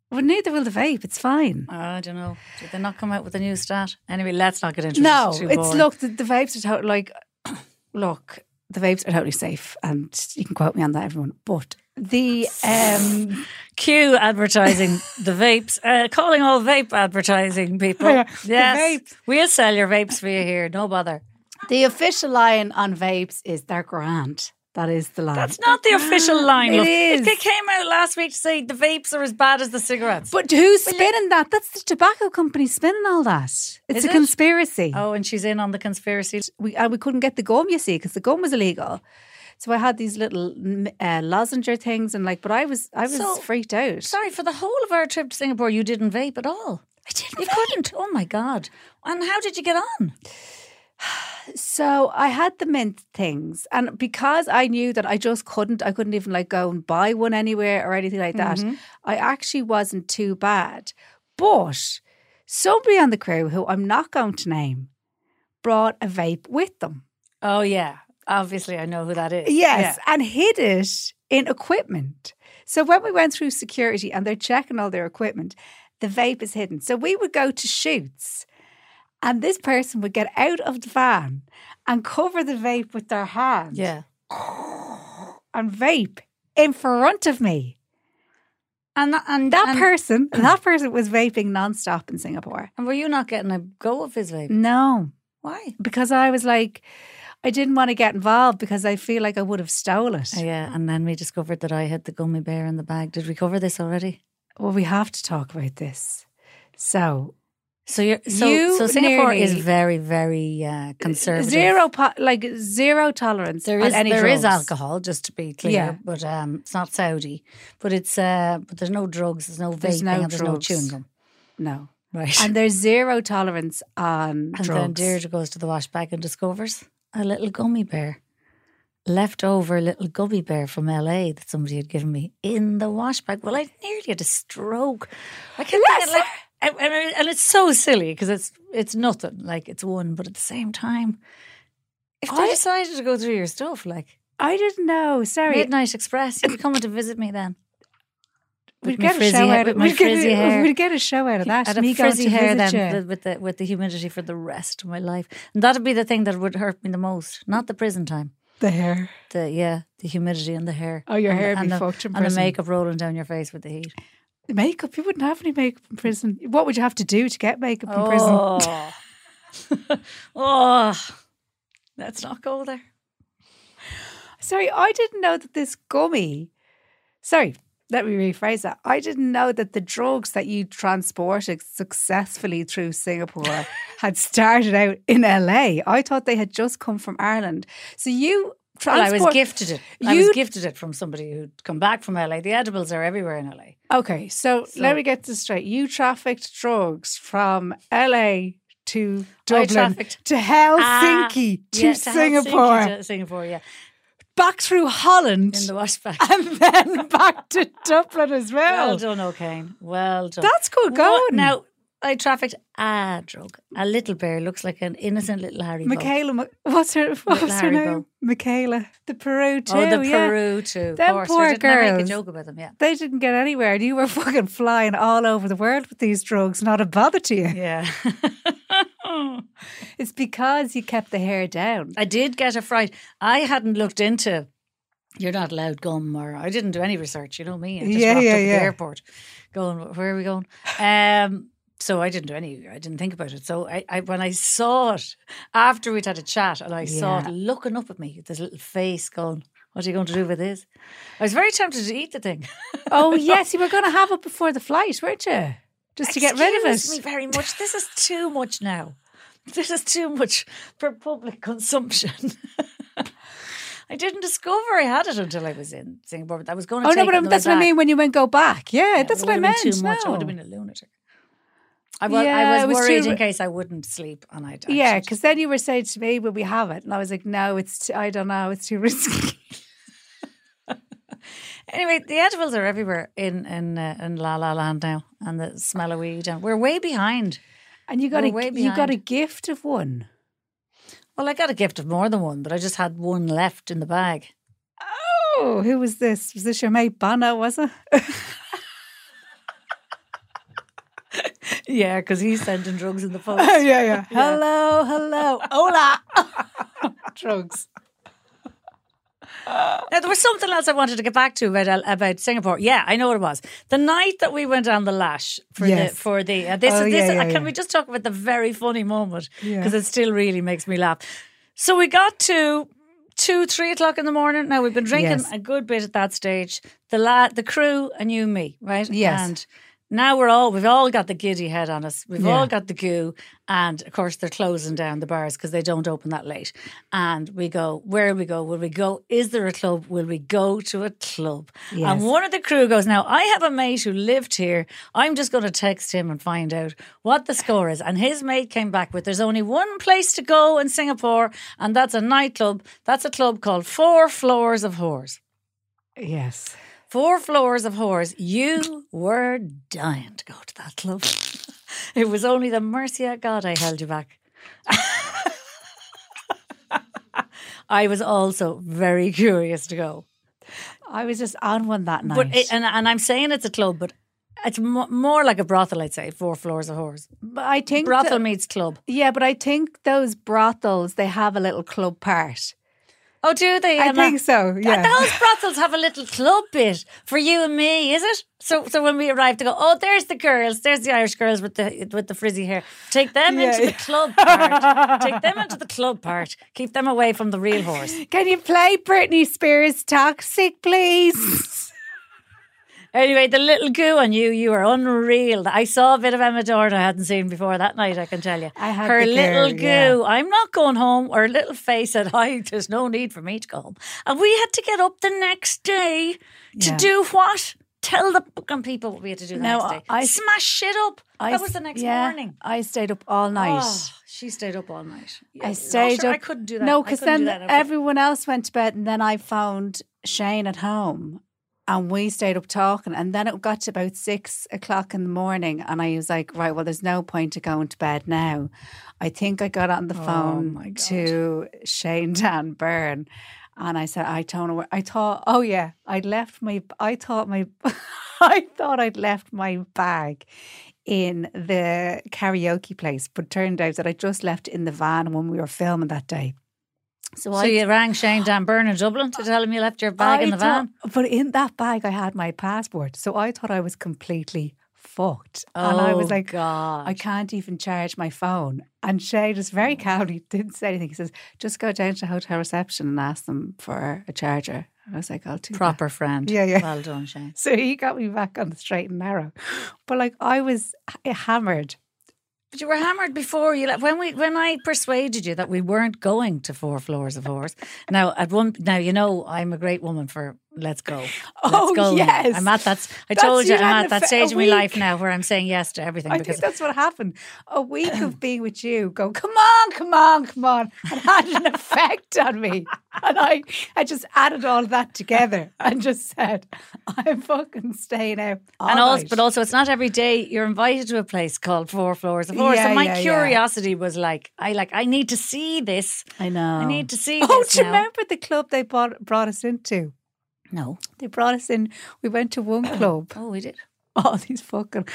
[SPEAKER 2] Well, neither will the vape. It's fine.
[SPEAKER 3] I don't know. Did they not come out with a new stat? Anyway, let's not get into
[SPEAKER 2] No,
[SPEAKER 3] It.
[SPEAKER 2] it's look the, the vapes are totally like look the vapes are totally safe, and you can quote me on that, everyone. But the um,
[SPEAKER 3] Q advertising the vapes. Uh, calling all vape advertising people. yes,
[SPEAKER 2] vapes.
[SPEAKER 3] we'll sell your vapes for you here. No bother.
[SPEAKER 2] the official line on vapes is they're grand. That is the line.
[SPEAKER 3] That's not the official line.
[SPEAKER 2] It
[SPEAKER 3] look.
[SPEAKER 2] is.
[SPEAKER 3] It came out last week to say the vapes are as bad as the cigarettes.
[SPEAKER 2] but who's spinning that? That's the tobacco company spinning all that. It's
[SPEAKER 3] Is
[SPEAKER 2] a
[SPEAKER 3] it?
[SPEAKER 2] conspiracy.
[SPEAKER 3] oh, and she's in on the conspiracy.
[SPEAKER 2] We and we couldn't get the gum, you see, because the gum was illegal. So I had these little mm, uh, lozenger things, and like, but I was I was
[SPEAKER 3] So-
[SPEAKER 2] freaked out.
[SPEAKER 3] Sorry, for the whole of our trip to Singapore, you didn't vape at all. I didn't. You couldn't. Oh my god! And how did you get on?
[SPEAKER 2] So I had the mint things, and because I knew that I just couldn't, I couldn't even like go and buy one anywhere or anything like that. I actually wasn't too bad, but somebody on the crew who I'm not going to name brought a vape with them.
[SPEAKER 3] Oh yeah, obviously I know who that is.
[SPEAKER 2] Yes, and hid it in equipment. So when we went through security and they're checking all their equipment, the vape is hidden. So we would go to shoots and this person would get out of the van and cover the vape with their hand
[SPEAKER 3] Yeah.
[SPEAKER 2] and vape in front of me.
[SPEAKER 3] And and
[SPEAKER 2] That
[SPEAKER 3] and,
[SPEAKER 2] person, that person was vaping nonstop in Singapore.
[SPEAKER 3] and were you not getting a go of his vape?
[SPEAKER 2] No,
[SPEAKER 3] Why?
[SPEAKER 2] because I was like, I didn't want to get involved because I feel like I would have stole it.
[SPEAKER 3] Yeah, and then we discovered that I had the gummy bear in the bag. Did we cover this already?
[SPEAKER 2] Well, we have to talk about this. So
[SPEAKER 3] So you're so,
[SPEAKER 2] You
[SPEAKER 3] so Singapore is
[SPEAKER 2] nearly-
[SPEAKER 3] very very uh, conservative.
[SPEAKER 2] Zero, po- like zero tolerance.
[SPEAKER 3] There
[SPEAKER 2] on
[SPEAKER 3] is
[SPEAKER 2] any
[SPEAKER 3] there is
[SPEAKER 2] drugs.
[SPEAKER 3] alcohol, just to be clear,
[SPEAKER 2] Yeah.
[SPEAKER 3] but um, it's not Saudi. But it's uh, but there's no drugs, there's no vaping,
[SPEAKER 2] There's no
[SPEAKER 3] and there's no
[SPEAKER 2] drugs.
[SPEAKER 3] chewing gum.
[SPEAKER 2] No,
[SPEAKER 3] Right.
[SPEAKER 2] and there's zero tolerance on
[SPEAKER 3] And
[SPEAKER 2] drugs.
[SPEAKER 3] then Deirdre goes to the wash bag and discovers a little gummy bear. Leftover little gummy bear from LA that somebody had given me in the wash bag. Well, I nearly had a stroke. I can't think like, and, and- and it's so silly because it's it's nothing like it's one, but at the same time, if they
[SPEAKER 2] I-
[SPEAKER 3] decided to go through your stuff, like
[SPEAKER 2] I didn't know. Sorry,
[SPEAKER 3] Midnight Express, you'd be coming to visit me then.
[SPEAKER 2] we'd
[SPEAKER 3] my
[SPEAKER 2] get a
[SPEAKER 3] frizzy
[SPEAKER 2] show
[SPEAKER 3] hair-
[SPEAKER 2] out of
[SPEAKER 3] with my
[SPEAKER 2] we'd get a-
[SPEAKER 3] frizzy hair.
[SPEAKER 2] We'd get a show out of that.
[SPEAKER 3] I'd have
[SPEAKER 2] me going
[SPEAKER 3] frizzy
[SPEAKER 2] to
[SPEAKER 3] hair
[SPEAKER 2] visit
[SPEAKER 3] then
[SPEAKER 2] you.
[SPEAKER 3] with- with the with the humidity for the rest of my life, and that'd be the thing that would hurt me the most, not the prison time.
[SPEAKER 2] the hair.
[SPEAKER 3] The yeah, the humidity and the hair.
[SPEAKER 2] Oh, your
[SPEAKER 3] And the-
[SPEAKER 2] hair would be
[SPEAKER 3] and the,
[SPEAKER 2] fucked in
[SPEAKER 3] and the
[SPEAKER 2] prison.
[SPEAKER 3] makeup rolling down your face with the heat.
[SPEAKER 2] Makeup. You wouldn't have any makeup in prison. What would you have to do to get makeup in prison?
[SPEAKER 3] Oh, oh, let's not go there.
[SPEAKER 2] Sorry, I didn't know that this gummy. Sorry, let me rephrase that. I didn't know that the drugs that you transported successfully through Singapore had started out in LA. I thought they had just come from Ireland. So you
[SPEAKER 3] Well, I
[SPEAKER 2] transport.
[SPEAKER 3] was gifted it. I was
[SPEAKER 2] You-
[SPEAKER 3] gifted it from somebody who'd come back from LA. The edibles are everywhere in LA.
[SPEAKER 2] Okay, so, let me get this straight. You trafficked drugs from LA to Dublin
[SPEAKER 3] trafficked-
[SPEAKER 2] to Helsinki to
[SPEAKER 3] Yeah, to Helsinki,
[SPEAKER 2] Singapore,
[SPEAKER 3] to Singapore, yeah.
[SPEAKER 2] back through Holland,
[SPEAKER 3] In the wash bag.
[SPEAKER 2] and then back to Dublin as well.
[SPEAKER 3] Well done, O'Kane. Well done.
[SPEAKER 2] That's good
[SPEAKER 3] What-
[SPEAKER 2] going.
[SPEAKER 3] Now, I trafficked a drug. A little bear looks like an innocent little Harry. Bow.
[SPEAKER 2] Michaela, Ma- what's her what's her
[SPEAKER 3] Haribo.
[SPEAKER 2] name? Michaela, the Peru too.
[SPEAKER 3] Oh, the
[SPEAKER 2] yeah.
[SPEAKER 3] Peru too.
[SPEAKER 2] Them
[SPEAKER 3] Of course,
[SPEAKER 2] poor
[SPEAKER 3] we didn't I make a
[SPEAKER 2] girls.
[SPEAKER 3] joke about them. Yeah.
[SPEAKER 2] They didn't get anywhere, and you were fucking flying all over the world with these drugs. Not a bother to you.
[SPEAKER 3] Yeah.
[SPEAKER 2] It's because you kept the hair down.
[SPEAKER 3] I did get a fright. I hadn't looked into you're not allowed gum or I didn't do any research, you know me. I just
[SPEAKER 2] Yeah,
[SPEAKER 3] walked
[SPEAKER 2] yeah,
[SPEAKER 3] up at
[SPEAKER 2] yeah.
[SPEAKER 3] the airport going, where are we going? Um so I didn't do any I didn't think about it. So I, I when I saw it after we'd had a chat and I saw it looking up at me, this little face going, What are you going to do with this? I was very tempted to eat the thing.
[SPEAKER 2] Oh yes, you were going to have it before the flight, weren't you? Just to get rid of
[SPEAKER 3] Excuse me
[SPEAKER 2] it.
[SPEAKER 3] very much. This is too much now. This is too much for public consumption. I didn't discover I had it until I was in Singapore, but I was going to.
[SPEAKER 2] Oh
[SPEAKER 3] take
[SPEAKER 2] no, but
[SPEAKER 3] it
[SPEAKER 2] I'm,
[SPEAKER 3] on the way
[SPEAKER 2] that's what I
[SPEAKER 3] back.
[SPEAKER 2] mean when you went go back. Yeah,
[SPEAKER 3] It
[SPEAKER 2] that's what
[SPEAKER 3] would
[SPEAKER 2] I
[SPEAKER 3] have
[SPEAKER 2] meant.
[SPEAKER 3] been Too much. I
[SPEAKER 2] no.
[SPEAKER 3] would have been a lunatic. I was,
[SPEAKER 2] Yeah,
[SPEAKER 3] I
[SPEAKER 2] it
[SPEAKER 3] was,
[SPEAKER 2] was too
[SPEAKER 3] worried in
[SPEAKER 2] ri-
[SPEAKER 3] case I wouldn't sleep, and I. I
[SPEAKER 2] yeah,
[SPEAKER 3] should-
[SPEAKER 2] because then you were saying to me, "Will we have it?" And I was like, "No, it's too, I don't know, it's too risky."
[SPEAKER 3] anyway, the edibles are everywhere in in uh, in La La Land now, and the smell of weed, and we're way behind.
[SPEAKER 2] And you got
[SPEAKER 3] We're
[SPEAKER 2] a
[SPEAKER 3] way
[SPEAKER 2] you got
[SPEAKER 3] behind.
[SPEAKER 2] a gift of one.
[SPEAKER 3] Well, I got a gift of more than one, but I just had one left in the bag.
[SPEAKER 2] Oh, who was this? Was this your mate Bono, was it?
[SPEAKER 3] Yeah, because he's sending drugs in the post.
[SPEAKER 2] yeah, yeah. Hello, hello. Hola. Drugs.
[SPEAKER 3] Now, there was something else I wanted to get back to about about Singapore. Yeah, I know what it was. The night that we went on the lash for
[SPEAKER 2] Yes.
[SPEAKER 3] the for the uh, this
[SPEAKER 2] Oh,
[SPEAKER 3] is
[SPEAKER 2] yeah,
[SPEAKER 3] this is-
[SPEAKER 2] yeah,
[SPEAKER 3] uh,
[SPEAKER 2] yeah.
[SPEAKER 3] can we just talk about the very funny moment
[SPEAKER 2] Yeah.
[SPEAKER 3] because it still really makes me laugh. So we got to two three o'clock in the morning. Now we've been drinking
[SPEAKER 2] Yes.
[SPEAKER 3] a good bit at that stage. The la- the crew and you, me, right?
[SPEAKER 2] Yes.
[SPEAKER 3] And now we're all we've all got the giddy head on us. We've
[SPEAKER 5] Yeah.
[SPEAKER 3] all got the goo, and of course they're closing down the bars because they don't open that late. And we go, where we go? Will we go? Is there a club? Will we go to a club?
[SPEAKER 5] Yes.
[SPEAKER 3] And one of the crew goes, now I have a mate who lived here. I'm just going to text him and find out what the score is. And his mate came back with, there's only one place to go in Singapore, and that's a nightclub. That's a club called Four Floors of Whores.
[SPEAKER 5] Yes.
[SPEAKER 3] Four floors of whores. You were dying to go to that club. it was only the mercy of God I held you back. I was also very curious to go.
[SPEAKER 2] I was just on one that night.
[SPEAKER 3] But it, and, and I'm saying it's a club, but it's mo- more like a brothel, I'd say, four floors of whores.
[SPEAKER 2] But I think
[SPEAKER 3] Brothel
[SPEAKER 2] that-
[SPEAKER 3] meets club.
[SPEAKER 2] yeah, but I think those brothels they have a little club part.
[SPEAKER 3] Oh, do they?
[SPEAKER 2] I
[SPEAKER 3] Emma?
[SPEAKER 2] think so. Yeah.
[SPEAKER 3] Those brothels have a little club bit for you and me, is it? So, so when we arrive, to go, oh, there's the girls, there's the Irish girls with the with the frizzy hair. Take them into the club part. Take them into the club part. Keep them away from the real horse.
[SPEAKER 2] oh, Can you play Britney Spears Toxic, please?
[SPEAKER 3] Anyway, the little goo on you, you are unreal. I saw a bit of Emma Dorn I hadn't seen before that night, I can tell you.
[SPEAKER 2] I had
[SPEAKER 3] Her
[SPEAKER 2] the
[SPEAKER 3] little
[SPEAKER 2] goo,
[SPEAKER 3] goo.
[SPEAKER 2] yeah.
[SPEAKER 3] I'm not going home. Her little face said, Hi, there's no need for me to go home. And we had to get up the next day to
[SPEAKER 2] Yeah.
[SPEAKER 3] do what? Tell the fucking people what we had to do the
[SPEAKER 2] No,
[SPEAKER 3] next day.
[SPEAKER 2] I-
[SPEAKER 3] Smash shit up. that was the next
[SPEAKER 2] yeah,
[SPEAKER 3] morning.
[SPEAKER 2] I stayed up all night.
[SPEAKER 3] Oh, she stayed up all night.
[SPEAKER 2] I
[SPEAKER 3] Yeah,
[SPEAKER 2] stayed
[SPEAKER 3] sure,
[SPEAKER 2] up.
[SPEAKER 3] I couldn't do that.
[SPEAKER 2] No,
[SPEAKER 3] I
[SPEAKER 2] because
[SPEAKER 3] couldn't
[SPEAKER 2] then
[SPEAKER 3] do that. I couldn't-
[SPEAKER 2] everyone else went to bed, and then I found Shane at home, and we stayed up talking. And then it got to about six o'clock in the morning, and I was like, right, well, there's no point to going to bed now. I think I got on the
[SPEAKER 3] Oh my
[SPEAKER 2] phone
[SPEAKER 3] God.
[SPEAKER 2] to Shane Dan Byrne. And I said, I don't know where I thought, oh yeah, I'd left my I thought my I thought I'd left my bag in the karaoke place, but turned out that I just left it in the van when we were filming that day. So,
[SPEAKER 3] So you rang Shane Dan Byrne in Dublin to tell him you left your bag in the van?
[SPEAKER 2] thought- but in that bag I had my passport. So I thought I was completely fucked. and I was
[SPEAKER 3] Oh,
[SPEAKER 2] like,
[SPEAKER 3] God. Mm.
[SPEAKER 2] I can't even charge my phone. And Shay just very calmly didn't say anything. He says, just go down to the hotel reception and ask them for a charger. And I was like, I'll do that.
[SPEAKER 3] proper friend.
[SPEAKER 2] Yeah, yeah.
[SPEAKER 3] Well done, Shane.
[SPEAKER 2] So he got me back on the straight and narrow. But like I was h- hammered.
[SPEAKER 3] But you were hammered before you left. When we, when I persuaded you that we weren't going to four floors of horse. Now at one, now you know I'm a great woman for let's go. Let's
[SPEAKER 2] Oh,
[SPEAKER 3] go. now.
[SPEAKER 2] yes.
[SPEAKER 3] I'm at that. I
[SPEAKER 2] That's-
[SPEAKER 3] told you,
[SPEAKER 2] you had
[SPEAKER 3] I'm
[SPEAKER 2] an
[SPEAKER 3] at that
[SPEAKER 2] affair
[SPEAKER 3] stage
[SPEAKER 2] a
[SPEAKER 3] in my life
[SPEAKER 2] week.
[SPEAKER 3] now where I'm saying yes to everything
[SPEAKER 2] I
[SPEAKER 3] because
[SPEAKER 2] think that's what happened. A week of being with you, going, come on, come on, come on, and had an effect on me. And I, I just added all that together and just said, I'm fucking staying out. all
[SPEAKER 3] and also,
[SPEAKER 2] night."
[SPEAKER 3] but also, it's not every day you're invited to a place called Four Floors of Horse.
[SPEAKER 2] Yeah,
[SPEAKER 3] so my
[SPEAKER 2] yeah, yeah.
[SPEAKER 3] curiosity was like, I like, I need to see this.
[SPEAKER 2] I know.
[SPEAKER 3] I need to see.
[SPEAKER 2] Oh,
[SPEAKER 3] this
[SPEAKER 2] do you
[SPEAKER 3] now.
[SPEAKER 2] remember the club they brought, brought us into?
[SPEAKER 3] No.
[SPEAKER 2] They brought us in. We went to one club.
[SPEAKER 3] Oh, we did.
[SPEAKER 2] All these fucking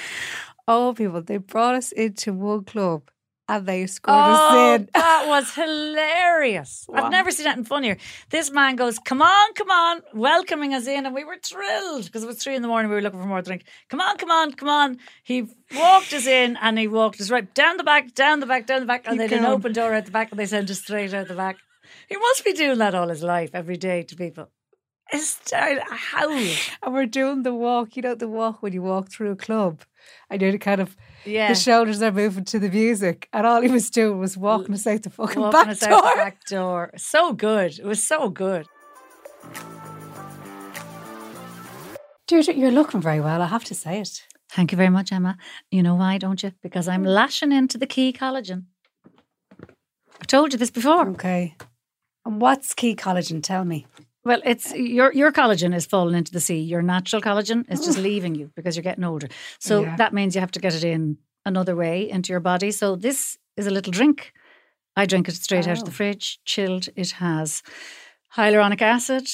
[SPEAKER 2] old people. They brought us into one club and they escorted
[SPEAKER 3] Oh,
[SPEAKER 2] us in.
[SPEAKER 3] that was hilarious. I've never seen that in funnier. This man goes, Come on, come on, welcoming us in. And we were thrilled because it was three in the morning. We were looking for more drink. Come on, come on, come on. He walked us in and he walked us right down the back, down the back, down the back. And they did an
[SPEAKER 2] going.
[SPEAKER 3] open door out the back and they sent us straight out the back. He must be doing that all his life, every day to people. It's how?
[SPEAKER 2] And we're doing the walk, you know, the walk when you walk through a club and you're kind of,
[SPEAKER 3] Yeah.
[SPEAKER 2] the shoulders are moving to the music. And all he was doing was walking us out the fucking
[SPEAKER 3] Walking
[SPEAKER 2] back
[SPEAKER 3] us out the
[SPEAKER 2] door.
[SPEAKER 3] back door. So good. It was so good.
[SPEAKER 2] Deirdre, you're looking very well, I have to say it.
[SPEAKER 3] Thank you very much, Emma. You know why, don't you? Because I'm
[SPEAKER 2] Mm.
[SPEAKER 3] lashing into the key collagen. I've told you this before.
[SPEAKER 2] Okay. And what's key collagen? Tell me.
[SPEAKER 3] Well, it's your your collagen is falling into the sea. Your natural collagen is just leaving you because you're getting older. So
[SPEAKER 2] Oh. Yeah.
[SPEAKER 3] that means you have to get it in another way into your body. So this is a little drink. I drink it straight out of the
[SPEAKER 2] Oh.
[SPEAKER 3] fridge, chilled. It has hyaluronic acid,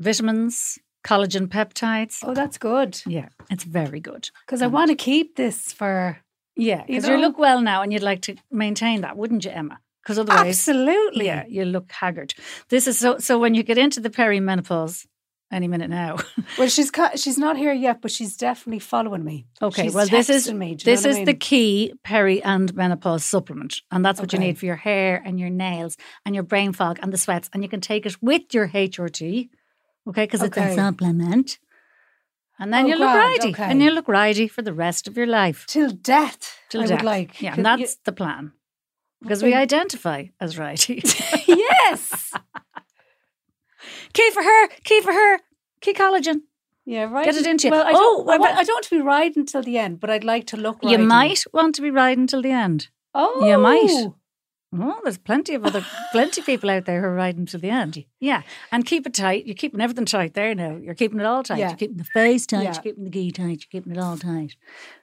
[SPEAKER 3] vitamins, collagen peptides.
[SPEAKER 2] Oh, that's good.
[SPEAKER 3] Yeah, it's very good.
[SPEAKER 2] Because I want to keep this for.
[SPEAKER 3] Yeah,
[SPEAKER 2] You
[SPEAKER 3] because you,
[SPEAKER 2] know?
[SPEAKER 3] look well now and you'd like to maintain that, wouldn't you, Emma? Because otherwise,
[SPEAKER 2] Absolutely.
[SPEAKER 3] yeah, you look haggard. This is so. So when you get into the perimenopause, any minute now.
[SPEAKER 2] Well, she's co- she's not here yet, but she's definitely following me.
[SPEAKER 3] okay,
[SPEAKER 2] She's
[SPEAKER 3] well this is
[SPEAKER 2] texting me, do you know
[SPEAKER 3] this
[SPEAKER 2] what I
[SPEAKER 3] is the
[SPEAKER 2] mean?
[SPEAKER 3] key peri and menopause supplement, and that's what you
[SPEAKER 2] Okay.
[SPEAKER 3] need for your hair and your nails and your brain fog and the sweats, and you can take it with your HRT. Okay, because it's
[SPEAKER 2] Okay.
[SPEAKER 3] a supplement. And then
[SPEAKER 2] Oh,
[SPEAKER 3] you'll look
[SPEAKER 2] grand,
[SPEAKER 3] ridey.
[SPEAKER 2] okay.
[SPEAKER 3] And you'll look ridey for the rest of your life.
[SPEAKER 2] Till death.
[SPEAKER 3] Till
[SPEAKER 2] I
[SPEAKER 3] death.
[SPEAKER 2] would like.
[SPEAKER 3] Yeah,
[SPEAKER 2] You-
[SPEAKER 3] and that's the plan. Because we identify as righty.
[SPEAKER 2] yes.
[SPEAKER 3] key for her, key for her, key collagen.
[SPEAKER 2] Yeah, right.
[SPEAKER 3] it into you.
[SPEAKER 2] Well, I
[SPEAKER 3] Oh,
[SPEAKER 2] don't, I,
[SPEAKER 3] well,
[SPEAKER 2] wa- I don't want to be riding till the end, but I'd like to look.
[SPEAKER 3] You
[SPEAKER 2] riding.
[SPEAKER 3] might want to be riding till the end.
[SPEAKER 2] Oh,
[SPEAKER 3] You might. Oh, there's plenty of other plenty of people out there who are riding till the end. Yeah. And keep it tight. You're keeping everything tight there now. You're keeping it all tight.
[SPEAKER 2] Yeah.
[SPEAKER 3] You're keeping the face tight,
[SPEAKER 2] Yeah.
[SPEAKER 3] you're keeping the key tight, you're keeping it all tight.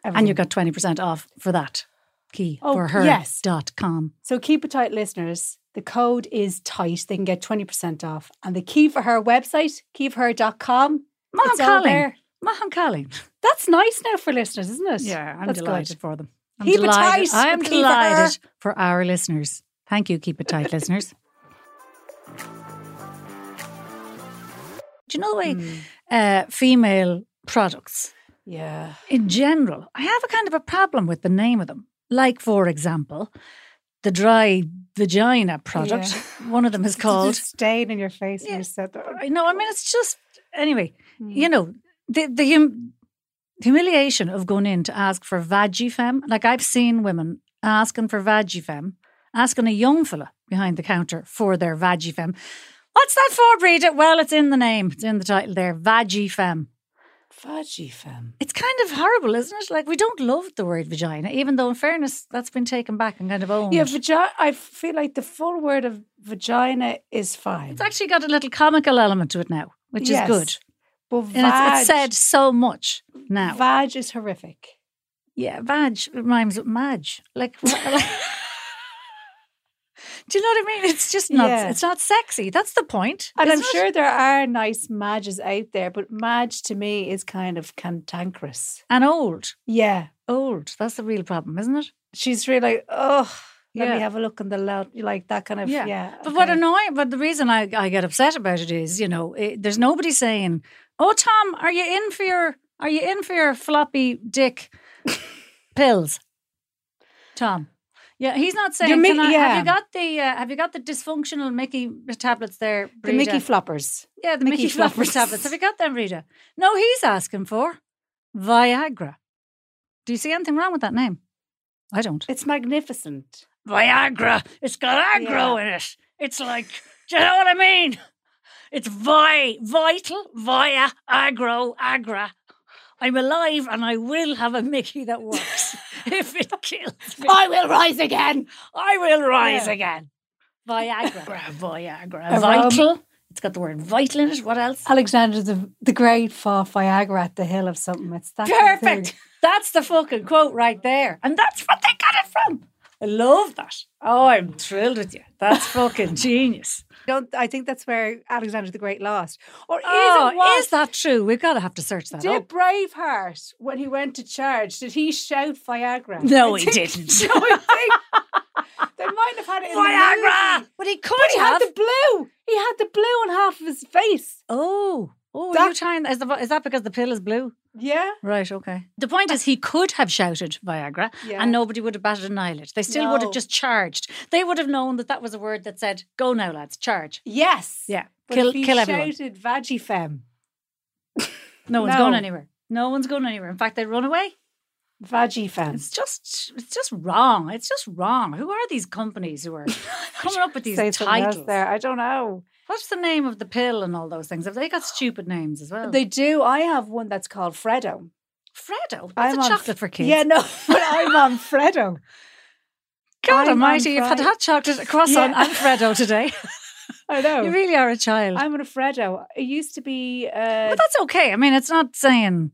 [SPEAKER 3] And you've got 20% off for that key
[SPEAKER 2] Oh,
[SPEAKER 3] for her
[SPEAKER 2] yes.
[SPEAKER 3] dot com.
[SPEAKER 2] So keep it tight, listeners. The code is tight. They can get 20% off. And the key for her website, keyforher.com.
[SPEAKER 3] Mom
[SPEAKER 2] It's all
[SPEAKER 3] Colleen.
[SPEAKER 2] there.
[SPEAKER 3] Mom Colleen.
[SPEAKER 2] That's nice now for listeners, isn't it?
[SPEAKER 3] Yeah, I'm
[SPEAKER 2] That's good.
[SPEAKER 3] delighted for them. I'm
[SPEAKER 2] Keep it
[SPEAKER 3] delighted.
[SPEAKER 2] tight.
[SPEAKER 3] I am
[SPEAKER 2] Keep it
[SPEAKER 3] delighted for our listeners. Thank you. Keep it tight, listeners. Do you know the way
[SPEAKER 2] Hmm.
[SPEAKER 3] uh, female products
[SPEAKER 2] Yeah.
[SPEAKER 3] in general? I have a kind of a problem with the name of them. Like, for example, the dry vagina product. One of them is called.
[SPEAKER 2] stain in your face
[SPEAKER 3] Yeah.
[SPEAKER 2] when you said that.
[SPEAKER 3] I know. I mean, it's just anyway.
[SPEAKER 2] Hmm.
[SPEAKER 3] You know, the the hum, humiliation of going in to ask for vagifem. Like I've seen women asking for vagifem, asking a young fella behind the counter for their vagifem. What's that for, Breda? Well, it's in the name. It's in the title there. Vagifem.
[SPEAKER 2] Fudgy femme.
[SPEAKER 3] It's kind of horrible, isn't it? Like we don't love the word vagina, even though in fairness that's been taken back and kind of owned.
[SPEAKER 2] Yeah, vagina. I feel like the full word of vagina is fine.
[SPEAKER 3] it's actually got a little comical element to it now, which
[SPEAKER 2] Yes.
[SPEAKER 3] is good.
[SPEAKER 2] But
[SPEAKER 3] And
[SPEAKER 2] vag,
[SPEAKER 3] it's, it's said so much now.
[SPEAKER 2] Vag is horrific.
[SPEAKER 3] Yeah, Madge rhymes with Madge. Like, wha- like- do you know what I mean? It's just not.
[SPEAKER 2] Yeah.
[SPEAKER 3] It's not sexy. That's the point.
[SPEAKER 2] And I'm
[SPEAKER 3] isn't it?
[SPEAKER 2] sure there are nice Madges out there, but Madge to me is kind of cantankerous.
[SPEAKER 3] And old,
[SPEAKER 2] Yeah.
[SPEAKER 3] old. That's the real problem, isn't it?
[SPEAKER 2] She's really like, oh, let
[SPEAKER 3] Yeah.
[SPEAKER 2] me have a look in the loud, like that kind of,
[SPEAKER 3] Yeah.
[SPEAKER 2] yeah.
[SPEAKER 3] But what
[SPEAKER 2] okay.
[SPEAKER 3] annoying. But the reason I, I get upset about it is, you know, it, there's nobody saying, "Oh, Tom, are you in for your are you in for your floppy dick pills?" Tom. Yeah, he's not saying.
[SPEAKER 2] mi-
[SPEAKER 3] "Can I- Have
[SPEAKER 2] yeah.
[SPEAKER 3] you got the uh, Have you got the dysfunctional Mickey tablets there?
[SPEAKER 2] the Mickey
[SPEAKER 3] Breda?"
[SPEAKER 2] floppers.
[SPEAKER 3] Yeah, the Mickey,
[SPEAKER 2] Mickey
[SPEAKER 3] Floppers
[SPEAKER 2] Floppers.
[SPEAKER 3] tablets. Have you got them, Rita? No, he's asking for Viagra. Do you see anything wrong with that name? I don't.
[SPEAKER 2] It's magnificent.
[SPEAKER 3] Viagra. It's got
[SPEAKER 2] Yeah.
[SPEAKER 3] in it. It's like, do you know what I mean? It's vi, vital, via, agro, agra. I'm alive and I will have a Mickey that works if it kills me.
[SPEAKER 2] I will rise again.
[SPEAKER 3] I will rise
[SPEAKER 2] Yeah.
[SPEAKER 3] again. Viagra. Viagra.
[SPEAKER 2] A
[SPEAKER 3] Vital. It's got the word vital in it. What else?
[SPEAKER 2] Alexander the, the Great fought Viagra at the hill of something. It's that kind of thing.
[SPEAKER 3] Perfect. That's the fucking quote right there. And that's what they got it from. I love that. Oh, I'm thrilled with you. That's fucking genius.
[SPEAKER 2] Don't I think that's where Alexander the Great lost, or is it
[SPEAKER 3] Oh,
[SPEAKER 2] was?
[SPEAKER 3] is that true? We've got to have to search that
[SPEAKER 2] did
[SPEAKER 3] up.
[SPEAKER 2] Braveheart when he went to charge? Did he shout Viagra?
[SPEAKER 3] No,
[SPEAKER 2] I
[SPEAKER 3] he
[SPEAKER 2] think-
[SPEAKER 3] didn't.
[SPEAKER 2] No, I think they might have had it in The movie.
[SPEAKER 3] But he could
[SPEAKER 2] But he had
[SPEAKER 3] have.
[SPEAKER 2] the blue. He had the blue on half of his face.
[SPEAKER 3] oh, oh, are
[SPEAKER 2] That-
[SPEAKER 3] you trying? Is, the, is that because the pill is blue?
[SPEAKER 2] Yeah.
[SPEAKER 3] Right, okay. The point is, he could have shouted Viagra
[SPEAKER 2] Yeah.
[SPEAKER 3] and nobody would have batted an eyelid. They still would have
[SPEAKER 2] No.
[SPEAKER 3] just charged. They would have known that that was a word that said, go now, lads, charge.
[SPEAKER 2] Yes.
[SPEAKER 3] Yeah.
[SPEAKER 2] But
[SPEAKER 3] kill
[SPEAKER 2] if he
[SPEAKER 3] kill everyone.
[SPEAKER 2] shouted Vagifem.
[SPEAKER 3] No one's
[SPEAKER 2] No.
[SPEAKER 3] going anywhere. No one's going anywhere. In fact, they run away.
[SPEAKER 2] Vagifem.
[SPEAKER 3] It's just, it's just wrong. It's just wrong. Who are these companies who are coming up with these
[SPEAKER 2] Say something else
[SPEAKER 3] titles?
[SPEAKER 2] there. I don't know.
[SPEAKER 3] What's the name of the pill and all those things? Have they got stupid names as well?
[SPEAKER 2] They do. I have one that's called Freddo.
[SPEAKER 3] Freddo. That's
[SPEAKER 2] I'm
[SPEAKER 3] a
[SPEAKER 2] on-
[SPEAKER 3] chocolate for kids.
[SPEAKER 2] Yeah, no, but I'm on Freddo.
[SPEAKER 3] God
[SPEAKER 2] I'm on
[SPEAKER 3] Almighty, you've had
[SPEAKER 2] Fri-
[SPEAKER 3] hot chocolate, a croissant,
[SPEAKER 2] Yeah.
[SPEAKER 3] and Freddo today.
[SPEAKER 2] I know.
[SPEAKER 3] you really are a child.
[SPEAKER 2] I'm on a Freddo. It used to be. Uh,
[SPEAKER 3] but that's okay. I mean, it's not saying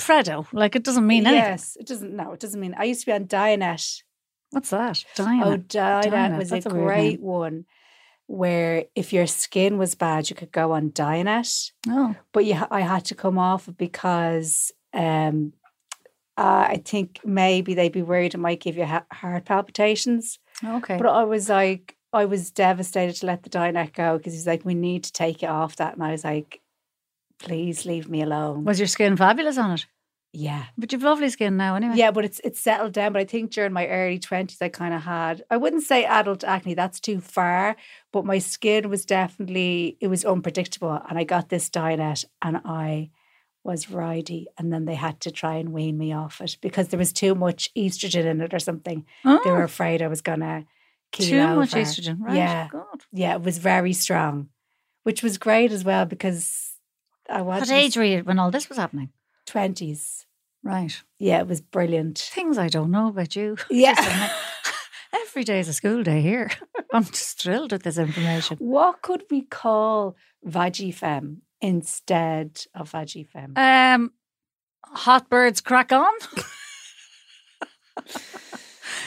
[SPEAKER 3] Freddo. Like it doesn't mean anything.
[SPEAKER 2] yes, it doesn't. No, it doesn't mean. I used to be on Dianet.
[SPEAKER 3] What's that? Diana.
[SPEAKER 2] Oh, Dianet
[SPEAKER 3] Dianet,
[SPEAKER 2] was a
[SPEAKER 3] that's a weird name.
[SPEAKER 2] great one where if your skin was bad, you could go on Dianet.
[SPEAKER 3] no.
[SPEAKER 2] But you, ha- I had to come off it because um, uh, I think maybe they'd be worried it might give you ha- heart palpitations.
[SPEAKER 3] Oh, Okay.
[SPEAKER 2] But I was like, I was devastated to let the Dianet go because he's like, we need to take it off that. And I was like, please leave me alone.
[SPEAKER 3] Was your skin fabulous on it?
[SPEAKER 2] Yeah.
[SPEAKER 3] But you've lovely skin now, anyway.
[SPEAKER 2] Yeah, but it's it's settled down. But I think during my early twenties, I kind of had I wouldn't say adult acne. That's too far. But my skin was definitely it was unpredictable, and I got this diet, and I was Ridey, and then they had to try and wean me off it because there was too much estrogen in it or something. They
[SPEAKER 3] Oh,
[SPEAKER 2] were afraid I was gonna keel
[SPEAKER 3] too much
[SPEAKER 2] over.
[SPEAKER 3] estrogen, right?
[SPEAKER 2] Yeah.
[SPEAKER 3] God.
[SPEAKER 2] Yeah, it was very strong, which was great as well because I
[SPEAKER 6] What
[SPEAKER 2] was
[SPEAKER 6] age were you when all this was happening?
[SPEAKER 2] twenties.
[SPEAKER 6] Right.
[SPEAKER 2] Yeah, it was brilliant.
[SPEAKER 6] Things I don't know about you.
[SPEAKER 2] Yeah.
[SPEAKER 6] Every day is a school day here. I'm just thrilled with this information.
[SPEAKER 2] what could we call Vagifem instead of Vagifem?
[SPEAKER 3] Um, hot birds crack on.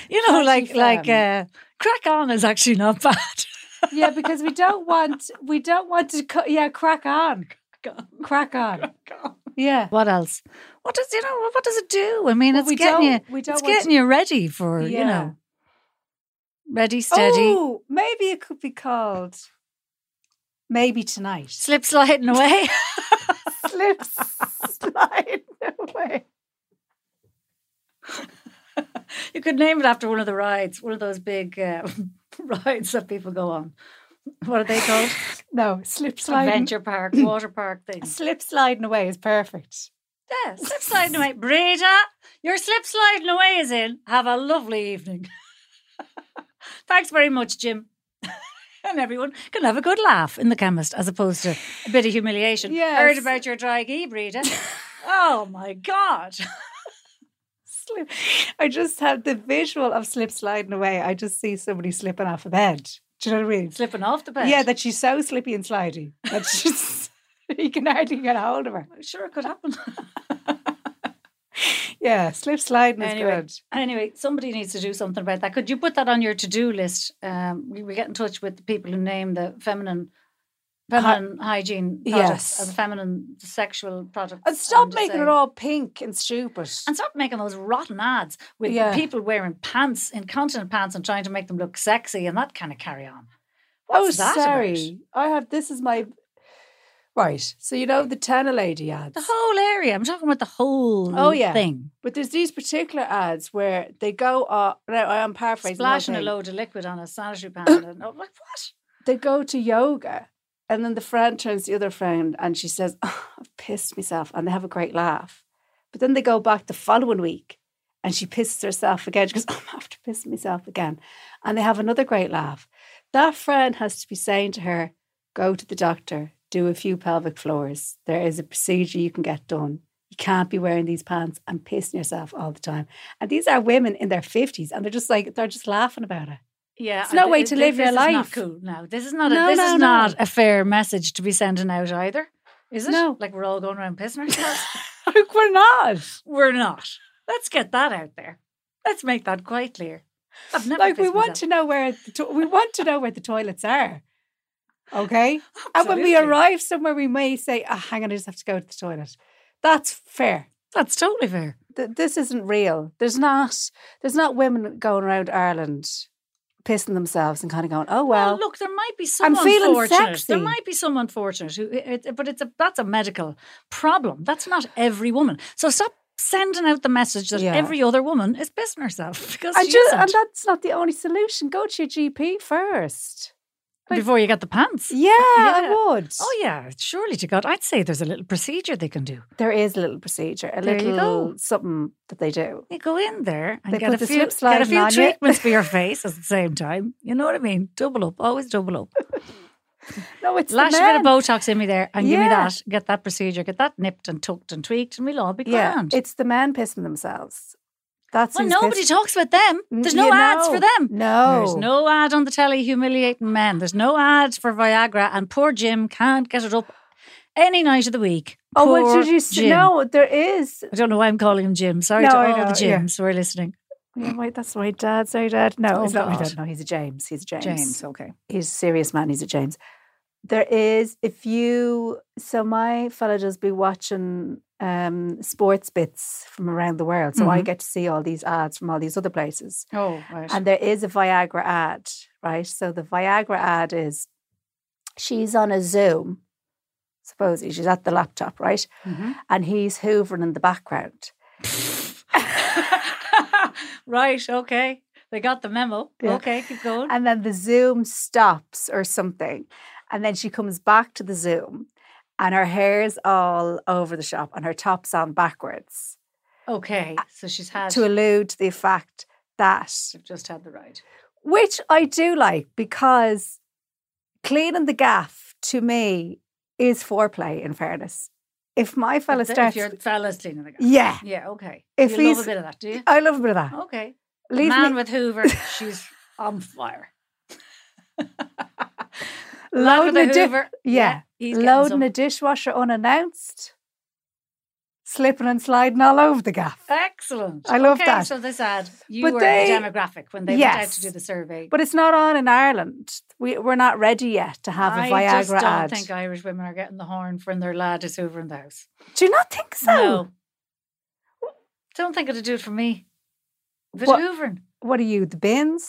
[SPEAKER 3] you know, like like uh,
[SPEAKER 2] Vagifem.
[SPEAKER 3] crack on is actually not bad.
[SPEAKER 2] yeah, because we don't want we don't want to. Co- yeah, crack on,
[SPEAKER 3] on.
[SPEAKER 2] crack on. Yeah,
[SPEAKER 6] What else? What does you know? What does it do? I mean,
[SPEAKER 2] But
[SPEAKER 6] it's getting you.
[SPEAKER 2] we don't
[SPEAKER 6] It's
[SPEAKER 2] want
[SPEAKER 6] getting you ready for
[SPEAKER 2] to,
[SPEAKER 6] you
[SPEAKER 2] yeah.
[SPEAKER 6] know ready steady
[SPEAKER 2] Oh, maybe it could be called. Maybe tonight.
[SPEAKER 6] slip sliding away.
[SPEAKER 2] slip slide away.
[SPEAKER 3] You could name it after one of the rides, one of those big uh, rides that people go on. What are they called? Hmm.
[SPEAKER 2] No, slip sliding.
[SPEAKER 3] Adventure park, water park things.
[SPEAKER 2] Slip sliding away is perfect.
[SPEAKER 3] Yeah, slip sliding away. Breda, your slip sliding away is in. Have a lovely evening. Thanks very much, Jim. and everyone can have a good laugh in the chemist as opposed to a bit of humiliation. Heard
[SPEAKER 2] Yes.
[SPEAKER 3] about your dry gee, Breda. oh my God.
[SPEAKER 2] Slip. I just have the visual of slip sliding away. I just see somebody slipping off a bed. Do you know what I mean?
[SPEAKER 3] Slipping off the bed.
[SPEAKER 2] Yeah, that she's so slippy and slidey that she's you can hardly get a hold of her.
[SPEAKER 3] sure it could happen.
[SPEAKER 2] Yeah, slip sliding is
[SPEAKER 3] Anyway.
[SPEAKER 2] good.
[SPEAKER 3] Anyway, somebody needs to do something about that. Could you put that on your to-do list? Um, we, we get in touch with the people who name the feminine feminine hygiene products
[SPEAKER 2] Yes.
[SPEAKER 3] and feminine sexual products.
[SPEAKER 2] And stop
[SPEAKER 3] I'm just
[SPEAKER 2] making it
[SPEAKER 3] saying.
[SPEAKER 2] all pink and stupid.
[SPEAKER 3] And stop making those rotten ads with
[SPEAKER 2] Yeah.
[SPEAKER 3] people wearing pants, incontinent pants, and trying to make them look sexy and that kind of carry on.
[SPEAKER 2] Oh,
[SPEAKER 3] What's that about?
[SPEAKER 2] sorry. I have this is my right. So you know the Tana lady ads.
[SPEAKER 6] the whole area. I'm talking about the whole
[SPEAKER 2] Oh, yeah.
[SPEAKER 6] thing.
[SPEAKER 2] But there's these particular ads where they go on. Now I'm paraphrasing. the whole
[SPEAKER 3] Splashing a
[SPEAKER 2] thing.
[SPEAKER 3] load of liquid on a sanitary pad. and, oh, like what?
[SPEAKER 2] They go to yoga, and then the friend turns to the other friend, and she says, oh, "I've pissed myself," and they have a great laugh. But then they go back the following week, and she pisses herself again. She goes, "Oh, "I'm after pissing myself again," and they have another great laugh. That friend has to be saying to her, "Go to the doctor, do a few pelvic floors. There is a procedure you can get done." You can't be wearing these pants and pissing yourself all the time. And these are women in their 50s and they're just like, they're just laughing about it.
[SPEAKER 3] Yeah,
[SPEAKER 2] It's no
[SPEAKER 3] and
[SPEAKER 2] way
[SPEAKER 3] thi-
[SPEAKER 2] to
[SPEAKER 3] thi-
[SPEAKER 2] live your
[SPEAKER 3] this Is not
[SPEAKER 2] life.
[SPEAKER 3] cool. No, this is not.
[SPEAKER 2] No,
[SPEAKER 3] a, this
[SPEAKER 2] no,
[SPEAKER 3] is
[SPEAKER 2] no.
[SPEAKER 3] not a fair message to be sending out either, is it?
[SPEAKER 2] No.
[SPEAKER 3] like we're all going around pissing ourselves.
[SPEAKER 2] Like, we're not.
[SPEAKER 3] we're not. Let's get that out there. Let's make that quite clear. I've never
[SPEAKER 2] like we
[SPEAKER 3] pissed
[SPEAKER 2] want
[SPEAKER 3] myself.
[SPEAKER 2] to know where the to- we want to know where the toilets are. Okay, and when we
[SPEAKER 3] Absolutely.
[SPEAKER 2] arrive somewhere, we may say, "Ah, hang on, I just have to go to the toilet." That's fair.
[SPEAKER 3] That's totally fair.
[SPEAKER 2] Th- this isn't real. There's not. There's not women going around Ireland pissing themselves and kind of going, "Oh
[SPEAKER 3] Well,
[SPEAKER 2] well."
[SPEAKER 3] look, there might be some
[SPEAKER 2] feeling
[SPEAKER 3] unfortunate. There
[SPEAKER 2] sexy.
[SPEAKER 3] might be some unfortunate who, it, it- but it's a that's a medical problem. That's not every woman. So stop sending out the message that
[SPEAKER 2] Yeah.
[SPEAKER 3] every other woman is pissing herself because
[SPEAKER 2] and,
[SPEAKER 3] she
[SPEAKER 2] ju-
[SPEAKER 3] isn't,
[SPEAKER 2] and that's not the only solution. Go to your GP first. like-
[SPEAKER 3] before you get the pants.
[SPEAKER 2] Yeah, I would.
[SPEAKER 3] Oh yeah, surely to God, I'd say there's a little procedure they can do.
[SPEAKER 2] There is a little procedure, a
[SPEAKER 3] There you
[SPEAKER 2] little
[SPEAKER 3] go.
[SPEAKER 2] something that they do.
[SPEAKER 3] You go in there and
[SPEAKER 2] They
[SPEAKER 3] get
[SPEAKER 2] put
[SPEAKER 3] a,
[SPEAKER 2] the
[SPEAKER 3] few,
[SPEAKER 2] slip
[SPEAKER 3] get a
[SPEAKER 2] sliding
[SPEAKER 3] few
[SPEAKER 2] on you.
[SPEAKER 3] treatments for your face at the same time. You know what I mean? Double up, always double up.
[SPEAKER 2] No, it's the
[SPEAKER 3] Lash a bit of
[SPEAKER 2] men.
[SPEAKER 3] Botox in me there and give me
[SPEAKER 2] Yeah.
[SPEAKER 3] that. Get that procedure, get that nipped and tucked and tweaked, and we'll all be
[SPEAKER 2] Yeah,
[SPEAKER 3] grand.
[SPEAKER 2] it's the men pissing themselves. That's
[SPEAKER 3] well,
[SPEAKER 2] who's
[SPEAKER 3] nobody
[SPEAKER 2] pissed-
[SPEAKER 3] talks about them.
[SPEAKER 2] N-
[SPEAKER 3] There's no
[SPEAKER 2] you
[SPEAKER 3] ads for
[SPEAKER 2] know.
[SPEAKER 3] them.
[SPEAKER 2] No,
[SPEAKER 3] There's no ad on the telly humiliating men. There's no ads for Viagra, and poor Jim can't get it up any night of the week.
[SPEAKER 2] Oh, what
[SPEAKER 3] Poor
[SPEAKER 2] did you say?
[SPEAKER 3] Jim.
[SPEAKER 2] No, there is.
[SPEAKER 3] I don't know why I'm calling him Jim. Sorry
[SPEAKER 2] No,
[SPEAKER 3] to
[SPEAKER 2] I
[SPEAKER 3] all the
[SPEAKER 2] know, yeah.
[SPEAKER 3] Jims who are listening.
[SPEAKER 2] Yeah, oh, wait, that's my dad. Sorry, dad. No,
[SPEAKER 3] Oh,
[SPEAKER 2] it's not my
[SPEAKER 3] God.
[SPEAKER 2] dad. No, he's a James. He's a James.
[SPEAKER 3] James, okay.
[SPEAKER 2] He's a serious man. He's a James. There is, if you, so my fella does be watching um, sports bits from around the world. So I get to see all these ads from all these other places.
[SPEAKER 3] Oh, right.
[SPEAKER 2] And there is a Viagra ad, right? So the Viagra ad is she's on a Zoom, supposedly she's at the laptop, right? And he's hoovering in the background.
[SPEAKER 3] right, okay. They got the memo.
[SPEAKER 2] Yeah.
[SPEAKER 3] Okay, keep going.
[SPEAKER 2] And then the Zoom stops or something. And then she comes back to the Zoom and her hair's all over the shop and her top's on backwards
[SPEAKER 3] Okay. So she's had.
[SPEAKER 2] to allude to the fact that,
[SPEAKER 3] I've just had the ride.
[SPEAKER 2] which I do like because cleaning the gaff to me is foreplay, in fairness. If my fella
[SPEAKER 3] If the-
[SPEAKER 2] starts.
[SPEAKER 3] If your fella's cleaning the gas.
[SPEAKER 2] yeah,
[SPEAKER 3] Yeah. Okay.
[SPEAKER 2] If
[SPEAKER 3] you love
[SPEAKER 2] he's-
[SPEAKER 3] a bit of that, do you?
[SPEAKER 2] I love a bit of that.
[SPEAKER 3] Okay.
[SPEAKER 2] Leave
[SPEAKER 3] Oh, Man
[SPEAKER 2] me,
[SPEAKER 3] with Hoover, she's on fire. Man
[SPEAKER 2] loading
[SPEAKER 3] with the
[SPEAKER 2] a di-
[SPEAKER 3] Hoover.
[SPEAKER 2] yeah,
[SPEAKER 3] He's getting
[SPEAKER 2] loading
[SPEAKER 3] some-
[SPEAKER 2] a dishwasher unannounced, slipping and sliding all over the gaff.
[SPEAKER 3] Excellent.
[SPEAKER 2] I love
[SPEAKER 3] okay,
[SPEAKER 2] that.
[SPEAKER 3] So this ad, you
[SPEAKER 2] But
[SPEAKER 3] were
[SPEAKER 2] they-
[SPEAKER 3] the demographic when they went out
[SPEAKER 2] Yes.
[SPEAKER 3] to do the survey.
[SPEAKER 2] But it's not on in Ireland. We, we're not ready yet to have a
[SPEAKER 3] I
[SPEAKER 2] Viagra
[SPEAKER 3] just don't
[SPEAKER 2] ad.
[SPEAKER 3] think Irish women are getting the horn for when their lad is over in the house.
[SPEAKER 2] Do you not think so?
[SPEAKER 3] no. Don't think it'll do it for me. But
[SPEAKER 2] What-
[SPEAKER 3] hoovering.
[SPEAKER 2] What are you, the bins?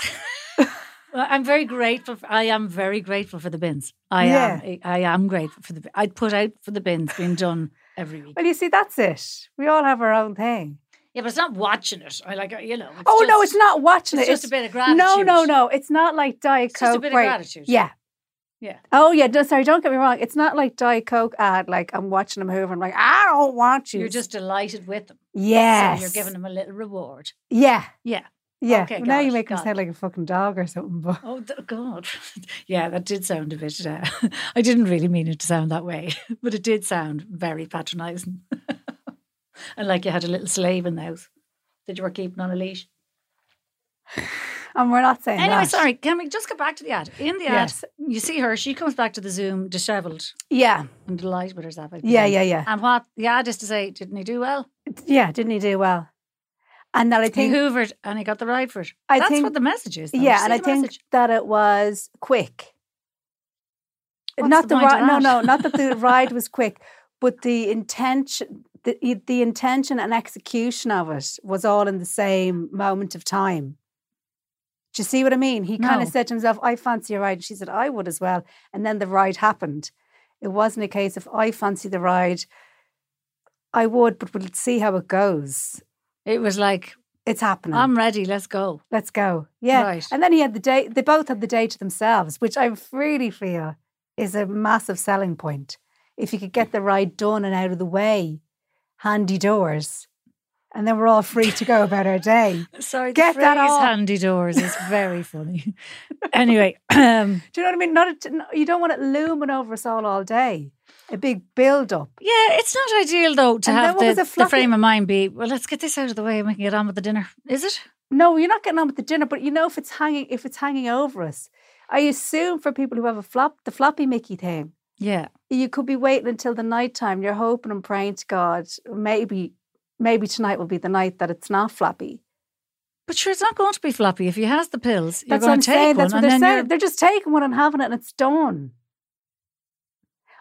[SPEAKER 3] Well, I'm very grateful. For, I am very grateful for the bins. I am. I am grateful for the. I'd put out for the bins being done every week.
[SPEAKER 2] well, you see, that's it. We all have our own thing.
[SPEAKER 3] Yeah, but it's not watching it. I like uh, you know. It's
[SPEAKER 2] oh no,
[SPEAKER 3] just-
[SPEAKER 2] it's not watching
[SPEAKER 3] It's
[SPEAKER 2] it.
[SPEAKER 3] just a bit of gratitude.
[SPEAKER 2] No, no, no. It's not like Diet
[SPEAKER 3] It's
[SPEAKER 2] Coke.
[SPEAKER 3] just a bit
[SPEAKER 2] right.
[SPEAKER 3] of gratitude.
[SPEAKER 2] Yeah.
[SPEAKER 3] Yeah.
[SPEAKER 2] Oh yeah. No, sorry. Don't get me wrong. It's not like Diet Coke ad. Like I'm watching them hoover. I'm like, I don't want you.
[SPEAKER 3] You're just delighted with them.
[SPEAKER 2] yes.
[SPEAKER 3] So you're giving them a little reward.
[SPEAKER 2] Yeah.
[SPEAKER 3] Yeah.
[SPEAKER 2] Yeah.
[SPEAKER 3] Okay,
[SPEAKER 2] Well, now
[SPEAKER 3] got
[SPEAKER 2] you
[SPEAKER 3] it,
[SPEAKER 2] make them
[SPEAKER 3] got
[SPEAKER 2] sound like a fucking dog or something. But
[SPEAKER 3] Oh th- God! yeah, that did sound a bit. Uh, I didn't really mean it to sound that way, but it did sound very patronising, and like you had a little slave in the house that you were keeping on a leash.
[SPEAKER 2] and we're not saying
[SPEAKER 3] Anyway,
[SPEAKER 2] that.
[SPEAKER 3] sorry. Can we just go back to the ad? In the
[SPEAKER 2] Yes.
[SPEAKER 3] ad, you see her. She comes back to the Zoom, dishevelled
[SPEAKER 2] Yeah.
[SPEAKER 3] and delighted with herself. I
[SPEAKER 2] Yeah.
[SPEAKER 3] presume.
[SPEAKER 2] Yeah. Yeah.
[SPEAKER 3] And what the ad is to say, didn't he do well?
[SPEAKER 2] Yeah. Didn't he do well? And that I think.
[SPEAKER 3] he hoovered and he got the ride for it.
[SPEAKER 2] I
[SPEAKER 3] That's
[SPEAKER 2] think-
[SPEAKER 3] what the message is. though.
[SPEAKER 2] yeah,
[SPEAKER 3] See
[SPEAKER 2] and I
[SPEAKER 3] the
[SPEAKER 2] think
[SPEAKER 3] message?
[SPEAKER 2] that it was quick.
[SPEAKER 3] What's
[SPEAKER 2] not
[SPEAKER 3] the
[SPEAKER 2] the,
[SPEAKER 3] point of
[SPEAKER 2] ri- no,
[SPEAKER 3] that?
[SPEAKER 2] no, not that the ride was quick, but the intention, the i- the intention and execution of it was all in the same moment of time. Do you see what I mean? He kind of
[SPEAKER 3] No.
[SPEAKER 2] said to himself, "I fancy a ride," and she said, "I would as well." And then the ride happened. It wasn't a case of "I fancy the ride." I would, but we'll see how it goes.
[SPEAKER 3] it was like,
[SPEAKER 2] It's happening.
[SPEAKER 3] I'm ready. Let's go.
[SPEAKER 2] Let's go. Yeah.
[SPEAKER 3] Right.
[SPEAKER 2] And then he had the day, they both had the day to themselves, which I really feel is a massive selling point. If you could get the ride done and out of the way, handy doors, and then we're all free to go about our day.
[SPEAKER 3] Sorry,
[SPEAKER 2] Get
[SPEAKER 3] the
[SPEAKER 2] that
[SPEAKER 3] phrase
[SPEAKER 2] off.
[SPEAKER 3] handy doors is very funny. anyway, um,
[SPEAKER 2] Do you know what I mean? Not a, no- you don't want it looming over us all all day. A big build up.
[SPEAKER 3] yeah, it's not ideal though to
[SPEAKER 2] And then
[SPEAKER 3] have
[SPEAKER 2] what
[SPEAKER 3] the,
[SPEAKER 2] was it,
[SPEAKER 3] the
[SPEAKER 2] floppy-
[SPEAKER 3] frame of mind be, well, let's get this out of the way and we can get on with the dinner. Is it?
[SPEAKER 2] No, you're not getting on with the dinner, but you know if it's hanging if it's hanging over us. I assume for people who have a flop the floppy Mickey thing,
[SPEAKER 3] Yeah.
[SPEAKER 2] you could be waiting until the night time. You're hoping and praying to God, maybe, maybe tonight will be the night that it's not floppy.
[SPEAKER 3] But sure, it's not going to be floppy. If he has the pills,
[SPEAKER 2] That's
[SPEAKER 3] you're
[SPEAKER 2] what I'm
[SPEAKER 3] going to take
[SPEAKER 2] saying.
[SPEAKER 3] one.
[SPEAKER 2] That's what
[SPEAKER 3] and
[SPEAKER 2] they're
[SPEAKER 3] then you're-
[SPEAKER 2] saying. They're just taking one and having it, and it's done.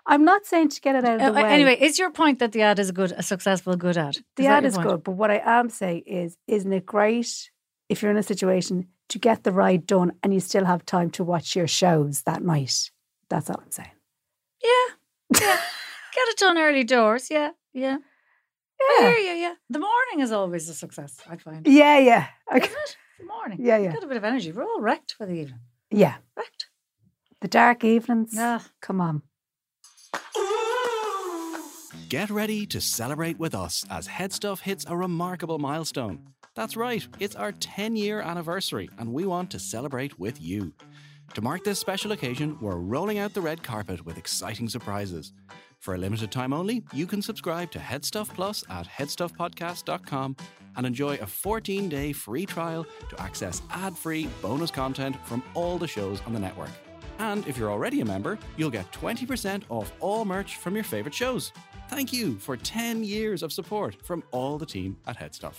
[SPEAKER 2] I'm not saying to get it out of the
[SPEAKER 3] Uh,
[SPEAKER 2] way.
[SPEAKER 3] Anyway, is your point that the ad is a good, a successful good ad? Is
[SPEAKER 2] the
[SPEAKER 3] that
[SPEAKER 2] ad
[SPEAKER 3] your
[SPEAKER 2] is
[SPEAKER 3] point?
[SPEAKER 2] good, but what I am saying is, isn't it great if you're in a situation to get the ride done and you still have time to watch your shows that night? That's all I'm saying.
[SPEAKER 3] Yeah, yeah. Get it done early doors. Yeah, yeah. I
[SPEAKER 2] Yeah,
[SPEAKER 3] hear you. Yeah. The morning is always a success. I find.
[SPEAKER 2] yeah, yeah, Okay.
[SPEAKER 3] Isn't it? The morning.
[SPEAKER 2] yeah, yeah,
[SPEAKER 3] Got a bit of energy. We're all wrecked for the evening.
[SPEAKER 2] yeah.
[SPEAKER 3] Wrecked.
[SPEAKER 2] The dark evenings.
[SPEAKER 3] Yeah.
[SPEAKER 2] Come on.
[SPEAKER 7] Get ready to celebrate with us as Headstuff hits a remarkable milestone. That's right, it's our 10 year anniversary, and we want to celebrate with you. To mark this special occasion, we're rolling out the red carpet with exciting surprises. For a limited time only, you can subscribe to Headstuff Plus at headstuffpodcast.com and enjoy a 14 day free trial to access ad free bonus content from all the shows on the network. And if you're already a member, you'll get 20% off all merch from your favorite shows. Thank you for 10 years of support from all the team at Headstuff.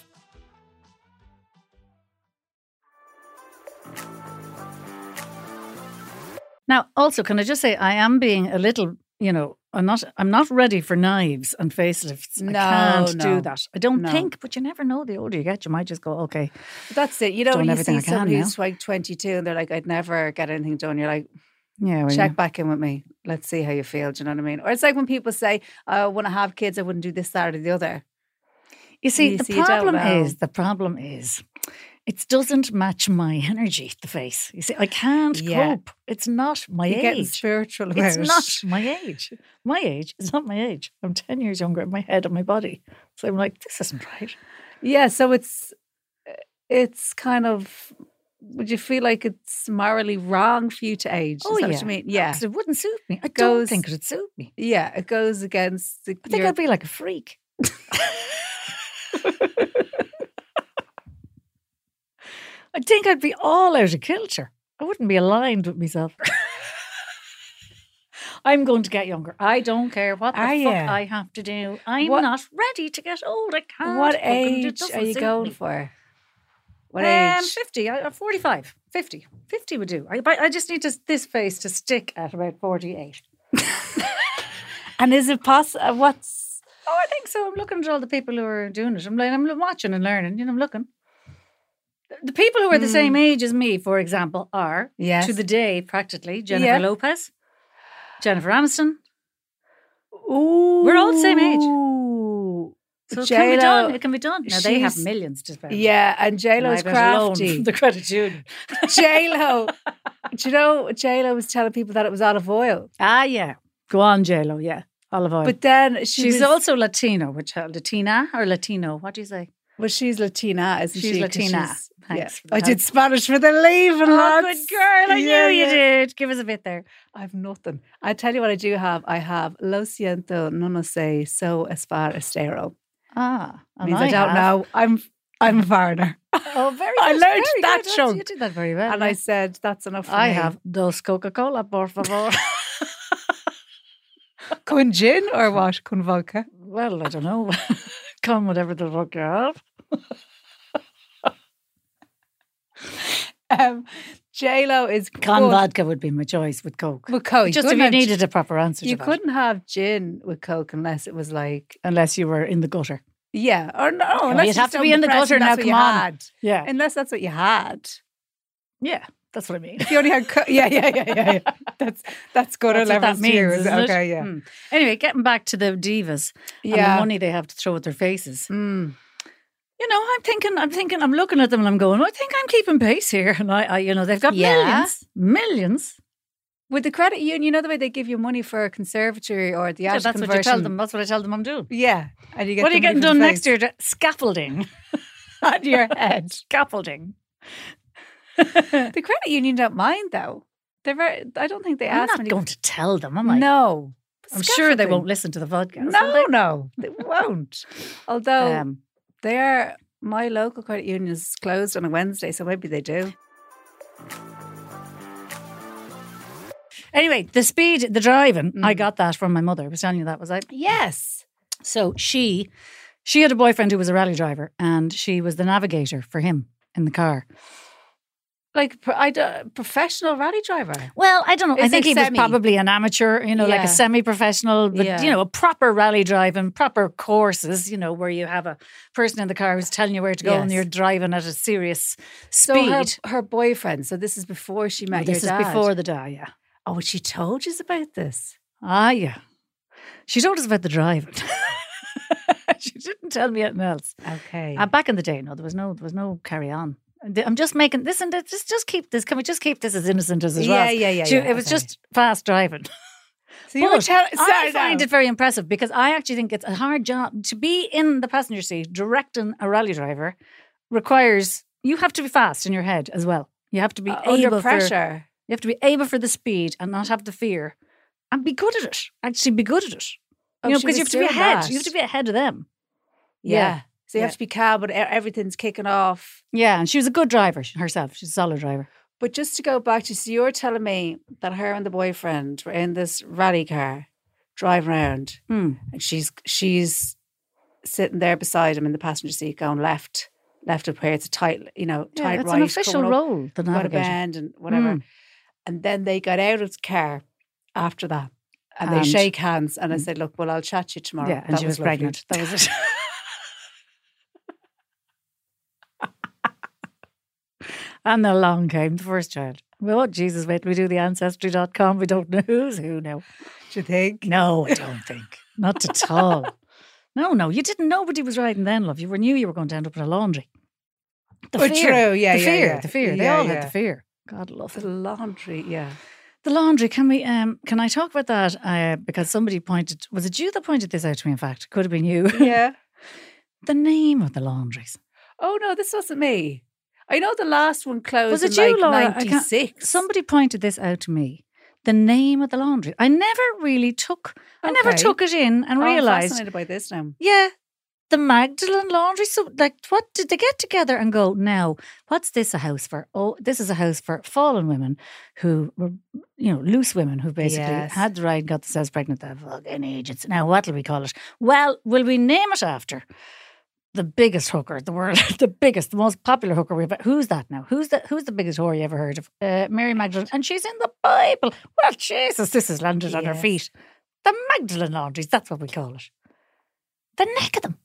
[SPEAKER 3] Now, also, can I just say I am being a little, you know, I'm not, I'm not ready for knives and facelifts.
[SPEAKER 8] No,
[SPEAKER 3] I can't
[SPEAKER 8] no,
[SPEAKER 3] do that. I don't
[SPEAKER 8] no.
[SPEAKER 3] think, but you never know. The older you get, you might just go, okay,
[SPEAKER 8] But that's it. You know,
[SPEAKER 3] Doing
[SPEAKER 8] when you
[SPEAKER 3] everything
[SPEAKER 8] see
[SPEAKER 3] I can
[SPEAKER 8] someone who's like 22 and they're like, I'd never get anything done, you're like,
[SPEAKER 3] Oh, yeah, well,
[SPEAKER 8] check back in with me. Let's see how you feel. Do you know what I mean? Or it's like when people say, "Oh, I want to have kids, I wouldn't do this, that, or the other.
[SPEAKER 3] You see,
[SPEAKER 8] You
[SPEAKER 3] the
[SPEAKER 8] see, you don't
[SPEAKER 3] problem
[SPEAKER 8] know.
[SPEAKER 3] is the problem is It doesn't match my energy, the face. You see, I can't
[SPEAKER 2] Yeah.
[SPEAKER 3] cope. It's not my
[SPEAKER 2] You're getting
[SPEAKER 3] age.
[SPEAKER 2] spiritual about
[SPEAKER 3] It's
[SPEAKER 2] it.
[SPEAKER 3] not my age. My age is not my age. I'm 10 years younger in my head and my body. So I'm like, this isn't right.
[SPEAKER 2] Yeah, so it's it's kind of would you feel like it's morally wrong for you to age?
[SPEAKER 3] Oh,
[SPEAKER 2] Is that
[SPEAKER 3] yeah.
[SPEAKER 2] what you mean? Yeah.
[SPEAKER 3] 'Cause it wouldn't suit me. I don't
[SPEAKER 2] Goes-
[SPEAKER 3] think it would suit me.
[SPEAKER 2] Yeah, it goes against the
[SPEAKER 3] I think
[SPEAKER 2] your-
[SPEAKER 3] I'd be like a freak. I think I'd be all out of kilter. I wouldn't be aligned with myself. I'm going to get younger. I don't care what the
[SPEAKER 2] Are
[SPEAKER 3] fuck
[SPEAKER 2] ya?
[SPEAKER 3] I have to do. I'm
[SPEAKER 2] What-
[SPEAKER 3] not ready to get old. I can't.
[SPEAKER 2] What
[SPEAKER 3] fucking do- it
[SPEAKER 2] age
[SPEAKER 3] doesn't
[SPEAKER 2] are you
[SPEAKER 3] suit
[SPEAKER 2] going
[SPEAKER 3] me.
[SPEAKER 2] for? What
[SPEAKER 3] um,
[SPEAKER 2] age?
[SPEAKER 3] 50. I, uh, 45. 50. 50 would do. I, but I just need to, this face to stick at about 48.
[SPEAKER 2] And is it
[SPEAKER 3] uh,
[SPEAKER 2] possible? What's
[SPEAKER 3] Oh, I think so. I'm looking at all the people who are doing it. I'm like, I'm watching and learning. You know, I'm looking. The- The people who are the same age as me, for example, are
[SPEAKER 2] yes?
[SPEAKER 3] to the day practically Jennifer
[SPEAKER 2] Yeah.
[SPEAKER 3] Lopez, Jennifer Aniston.
[SPEAKER 2] Ooh,
[SPEAKER 3] all the same age.
[SPEAKER 2] age.
[SPEAKER 3] So it can be done.
[SPEAKER 2] J.Lo,
[SPEAKER 3] It can be done. Now they have
[SPEAKER 2] she's-
[SPEAKER 3] millions to spend.
[SPEAKER 2] Yeah, and J
[SPEAKER 3] And I
[SPEAKER 2] Lo's
[SPEAKER 3] was alone
[SPEAKER 2] crafty.
[SPEAKER 3] The credit union.
[SPEAKER 2] J Lo, do you know J Lo was telling people that it was olive oil,
[SPEAKER 3] Ah, yeah. Go on, JLo. Yeah, olive oil.
[SPEAKER 2] but then she
[SPEAKER 3] she's
[SPEAKER 2] was,
[SPEAKER 3] also Latino, which uh, Latina or Latino. What do you say?
[SPEAKER 2] well, she's Latina, isn't
[SPEAKER 3] She's
[SPEAKER 2] she? 'Cause
[SPEAKER 3] Latina.
[SPEAKER 2] she's-
[SPEAKER 3] Thanks for the
[SPEAKER 2] I
[SPEAKER 3] help.
[SPEAKER 2] did Spanish for the leaving,
[SPEAKER 3] Oh,
[SPEAKER 2] lads.
[SPEAKER 3] good girl. I
[SPEAKER 2] Yeah,
[SPEAKER 3] knew you
[SPEAKER 2] yeah.
[SPEAKER 3] did. Give us a bit there.
[SPEAKER 2] I have nothing. I tell you what I do have. I have lo siento, no no sé, so espar estero.
[SPEAKER 3] Ah, and
[SPEAKER 2] Means I, don't
[SPEAKER 3] have-
[SPEAKER 2] know. I'm I'm a foreigner.
[SPEAKER 3] Oh, very
[SPEAKER 2] I
[SPEAKER 3] good,
[SPEAKER 2] learned
[SPEAKER 3] very
[SPEAKER 2] that
[SPEAKER 3] good. That's- You
[SPEAKER 2] chunk.
[SPEAKER 3] did that very well.
[SPEAKER 2] And
[SPEAKER 3] yeah.
[SPEAKER 2] I said that's enough. For
[SPEAKER 3] Uh-huh. I
[SPEAKER 2] me."
[SPEAKER 3] have dos Coca Cola, por favor.
[SPEAKER 2] Con gin or what? Con vodka.
[SPEAKER 3] well, I don't know. Come, whatever the fuck you have.
[SPEAKER 2] Um, J Lo is
[SPEAKER 3] Con
[SPEAKER 2] good
[SPEAKER 3] vodka would be my choice with Coke.
[SPEAKER 2] with Coke. You
[SPEAKER 3] Just if
[SPEAKER 2] couldn't
[SPEAKER 3] you
[SPEAKER 2] have gin-
[SPEAKER 3] needed a proper answer.
[SPEAKER 2] you
[SPEAKER 3] to that.
[SPEAKER 2] couldn't have gin with Coke unless it was like
[SPEAKER 3] Unless you were in the gutter.
[SPEAKER 2] yeah or no. unless
[SPEAKER 3] you'd
[SPEAKER 2] you
[SPEAKER 3] have to
[SPEAKER 2] stoned
[SPEAKER 3] be in the
[SPEAKER 2] depressed
[SPEAKER 3] gutter
[SPEAKER 2] and
[SPEAKER 3] now,
[SPEAKER 2] that's what you
[SPEAKER 3] come on.
[SPEAKER 2] had.
[SPEAKER 3] Yeah.
[SPEAKER 2] Unless that's what you had.
[SPEAKER 3] Yeah. That's what I mean.
[SPEAKER 2] If you only had co- yeah yeah yeah yeah yeah. That's that's good.
[SPEAKER 3] That's what that
[SPEAKER 2] levels
[SPEAKER 3] means.
[SPEAKER 2] here, is
[SPEAKER 3] isn't
[SPEAKER 2] it?
[SPEAKER 3] it?
[SPEAKER 2] Okay yeah
[SPEAKER 3] Hmm. Anyway, getting back to the divas and the
[SPEAKER 2] yeah.
[SPEAKER 3] money they have to throw at their faces.
[SPEAKER 2] Mm.
[SPEAKER 3] you know, I'm thinking, I'm thinking, I'm looking at them and I'm going, I think I'm keeping pace here. And I, I you know, they've got
[SPEAKER 2] Yeah.
[SPEAKER 3] millions, millions.
[SPEAKER 2] With the credit union, you know the way they give you money for a conservatory or the
[SPEAKER 3] Yeah,
[SPEAKER 2] Ash
[SPEAKER 3] that's what you
[SPEAKER 2] conversion?
[SPEAKER 3] tell them. That's what I tell them I'm doing.
[SPEAKER 2] Yeah, and you get
[SPEAKER 3] what are you
[SPEAKER 2] the money for
[SPEAKER 3] getting
[SPEAKER 2] the
[SPEAKER 3] done next
[SPEAKER 2] face.
[SPEAKER 3] year? To scaffolding on your head. Scaffolding.
[SPEAKER 2] The credit union don't mind though. They're very, I don't think they
[SPEAKER 3] I'm
[SPEAKER 2] ask.
[SPEAKER 3] not
[SPEAKER 2] many-
[SPEAKER 3] going to tell them, am I?
[SPEAKER 2] No,
[SPEAKER 3] I'm sure they
[SPEAKER 2] Scaffolding.
[SPEAKER 3] won't listen to the podcast. will
[SPEAKER 2] No, no, they won't.
[SPEAKER 3] they?
[SPEAKER 2] Although
[SPEAKER 3] Um,
[SPEAKER 2] they are, my local credit union is closed on a Wednesday, so maybe they do.
[SPEAKER 3] anyway, the speed, the driving, I got that from my mother. I was telling you that, was I?
[SPEAKER 2] Yes.
[SPEAKER 3] So she she had a boyfriend who was a rally driver and she was the navigator for him in the car.
[SPEAKER 2] Like pro- I do, professional rally driver.
[SPEAKER 3] Well, I don't know. I
[SPEAKER 2] Is
[SPEAKER 3] think
[SPEAKER 2] it
[SPEAKER 3] he
[SPEAKER 2] semi?
[SPEAKER 3] was probably an amateur, you know, like
[SPEAKER 2] Yeah.
[SPEAKER 3] a semi-professional, but
[SPEAKER 2] Yeah.
[SPEAKER 3] you know, a proper rally drive and proper courses, you know, where you have a person in the car who's telling you where to go and
[SPEAKER 2] Yes.
[SPEAKER 3] you're driving at a serious
[SPEAKER 2] So
[SPEAKER 3] speed.
[SPEAKER 2] her, her boyfriend. So this is before she met
[SPEAKER 3] Well,
[SPEAKER 2] your
[SPEAKER 3] this is
[SPEAKER 2] dad.
[SPEAKER 3] before the die, yeah.
[SPEAKER 2] Oh, and she told you about this.
[SPEAKER 3] Ah, yeah. She told us about the driving. she didn't tell me anything else.
[SPEAKER 2] Okay.
[SPEAKER 3] Uh, back in the day, no, there was no, there was no carry on. And I'm just making this and that- just, just keep this. Can we just keep this as innocent as it
[SPEAKER 2] yeah,
[SPEAKER 3] was?
[SPEAKER 2] yeah, yeah,
[SPEAKER 3] She-
[SPEAKER 2] yeah.
[SPEAKER 3] it was
[SPEAKER 2] okay.
[SPEAKER 3] just fast driving.
[SPEAKER 2] So you were
[SPEAKER 3] But
[SPEAKER 2] tell-
[SPEAKER 3] I
[SPEAKER 2] sorry,
[SPEAKER 3] find
[SPEAKER 2] no.
[SPEAKER 3] it very impressive because I actually think it's a hard job to be in the passenger seat directing a rally driver requires you have to be fast in your head as well. You have to be
[SPEAKER 2] Uh,
[SPEAKER 3] able
[SPEAKER 2] under
[SPEAKER 3] for-
[SPEAKER 2] pressure.
[SPEAKER 3] you have to be able for the speed and not have the fear and be good at it. Actually, be good at it.
[SPEAKER 2] Oh,
[SPEAKER 3] you know,
[SPEAKER 2] she
[SPEAKER 3] because you have
[SPEAKER 2] was
[SPEAKER 3] to be
[SPEAKER 2] doing
[SPEAKER 3] ahead.
[SPEAKER 2] that.
[SPEAKER 3] You have to be ahead of them.
[SPEAKER 2] yeah.
[SPEAKER 3] Yeah.
[SPEAKER 2] So you
[SPEAKER 3] Yeah.
[SPEAKER 2] have to be calm, but e- everything's kicking off.
[SPEAKER 3] Yeah, and she was a good driver herself. She's a solid driver.
[SPEAKER 2] But just to go back to, so you're telling me that her and the boyfriend were in this rally car, driving around,
[SPEAKER 3] Hmm.
[SPEAKER 2] and she's she's sitting there beside him in the passenger seat, going left, left up here. It's a tight, you know,
[SPEAKER 3] Yeah,
[SPEAKER 2] tight
[SPEAKER 3] it's
[SPEAKER 2] right.
[SPEAKER 3] an official
[SPEAKER 2] coming up,
[SPEAKER 3] role, the
[SPEAKER 2] Got a
[SPEAKER 3] navigator.
[SPEAKER 2] bend and whatever.
[SPEAKER 3] Mm.
[SPEAKER 2] And then they got out of the car after that, and,
[SPEAKER 3] And- Mm.
[SPEAKER 2] they shake hands. And I said, "Look, well, I'll chat to you tomorrow."
[SPEAKER 3] Yeah, and
[SPEAKER 2] That
[SPEAKER 3] she was,
[SPEAKER 2] lovely.
[SPEAKER 3] pregnant. That was it. and along came the first child. Well, what Jesus, wait, we do the ancestry.com. We don't know who's who now.
[SPEAKER 2] Do you think?
[SPEAKER 3] No, I don't think. Not at all. No, no, you didn't. Nobody was riding then, love. You were knew you were going to end up in a laundry.
[SPEAKER 9] The
[SPEAKER 10] Oh,
[SPEAKER 9] fear.
[SPEAKER 10] true. Yeah, yeah,
[SPEAKER 9] the fear.
[SPEAKER 10] yeah.
[SPEAKER 9] The fear. They
[SPEAKER 10] Yeah,
[SPEAKER 9] all
[SPEAKER 10] yeah.
[SPEAKER 9] had the fear. God love it.
[SPEAKER 2] The laundry, yeah.
[SPEAKER 3] The laundry. Can we? Um, can I talk about that? Uh, because somebody pointed. Was it you that pointed this out to me? In fact, could have been you.
[SPEAKER 10] Yeah.
[SPEAKER 3] the name of the laundries.
[SPEAKER 2] Oh no, this wasn't me. I know the last one closed
[SPEAKER 3] Was it
[SPEAKER 2] in
[SPEAKER 3] you,
[SPEAKER 2] like
[SPEAKER 3] Laura? I can't-
[SPEAKER 2] 96.
[SPEAKER 3] Somebody pointed this out to me. The name of the laundry. I never really took. I never
[SPEAKER 2] Okay.
[SPEAKER 3] took it in and
[SPEAKER 2] Oh, I'm
[SPEAKER 3] realized.
[SPEAKER 2] fascinated by this now.
[SPEAKER 3] Yeah. The Magdalene laundry. So, like, what did they get together and go? Now, what's this a house for? Oh, this is a house for fallen women who were, you know, loose women who basically
[SPEAKER 10] Yes.
[SPEAKER 3] had the right and got themselves pregnant. The fucking agents. Now, what'll we call it? Well, will we name it after the biggest hooker in the world? the biggest, the most popular hooker we've. e-, Who's that now? Who's the Who's the biggest whore you ever heard of? Uh, Mary Magdalene, and she's in the Bible. Well, Jesus, this has landed on her
[SPEAKER 2] Yes.
[SPEAKER 3] feet. The Magdalene laundries. That's what we call it. The neck of them.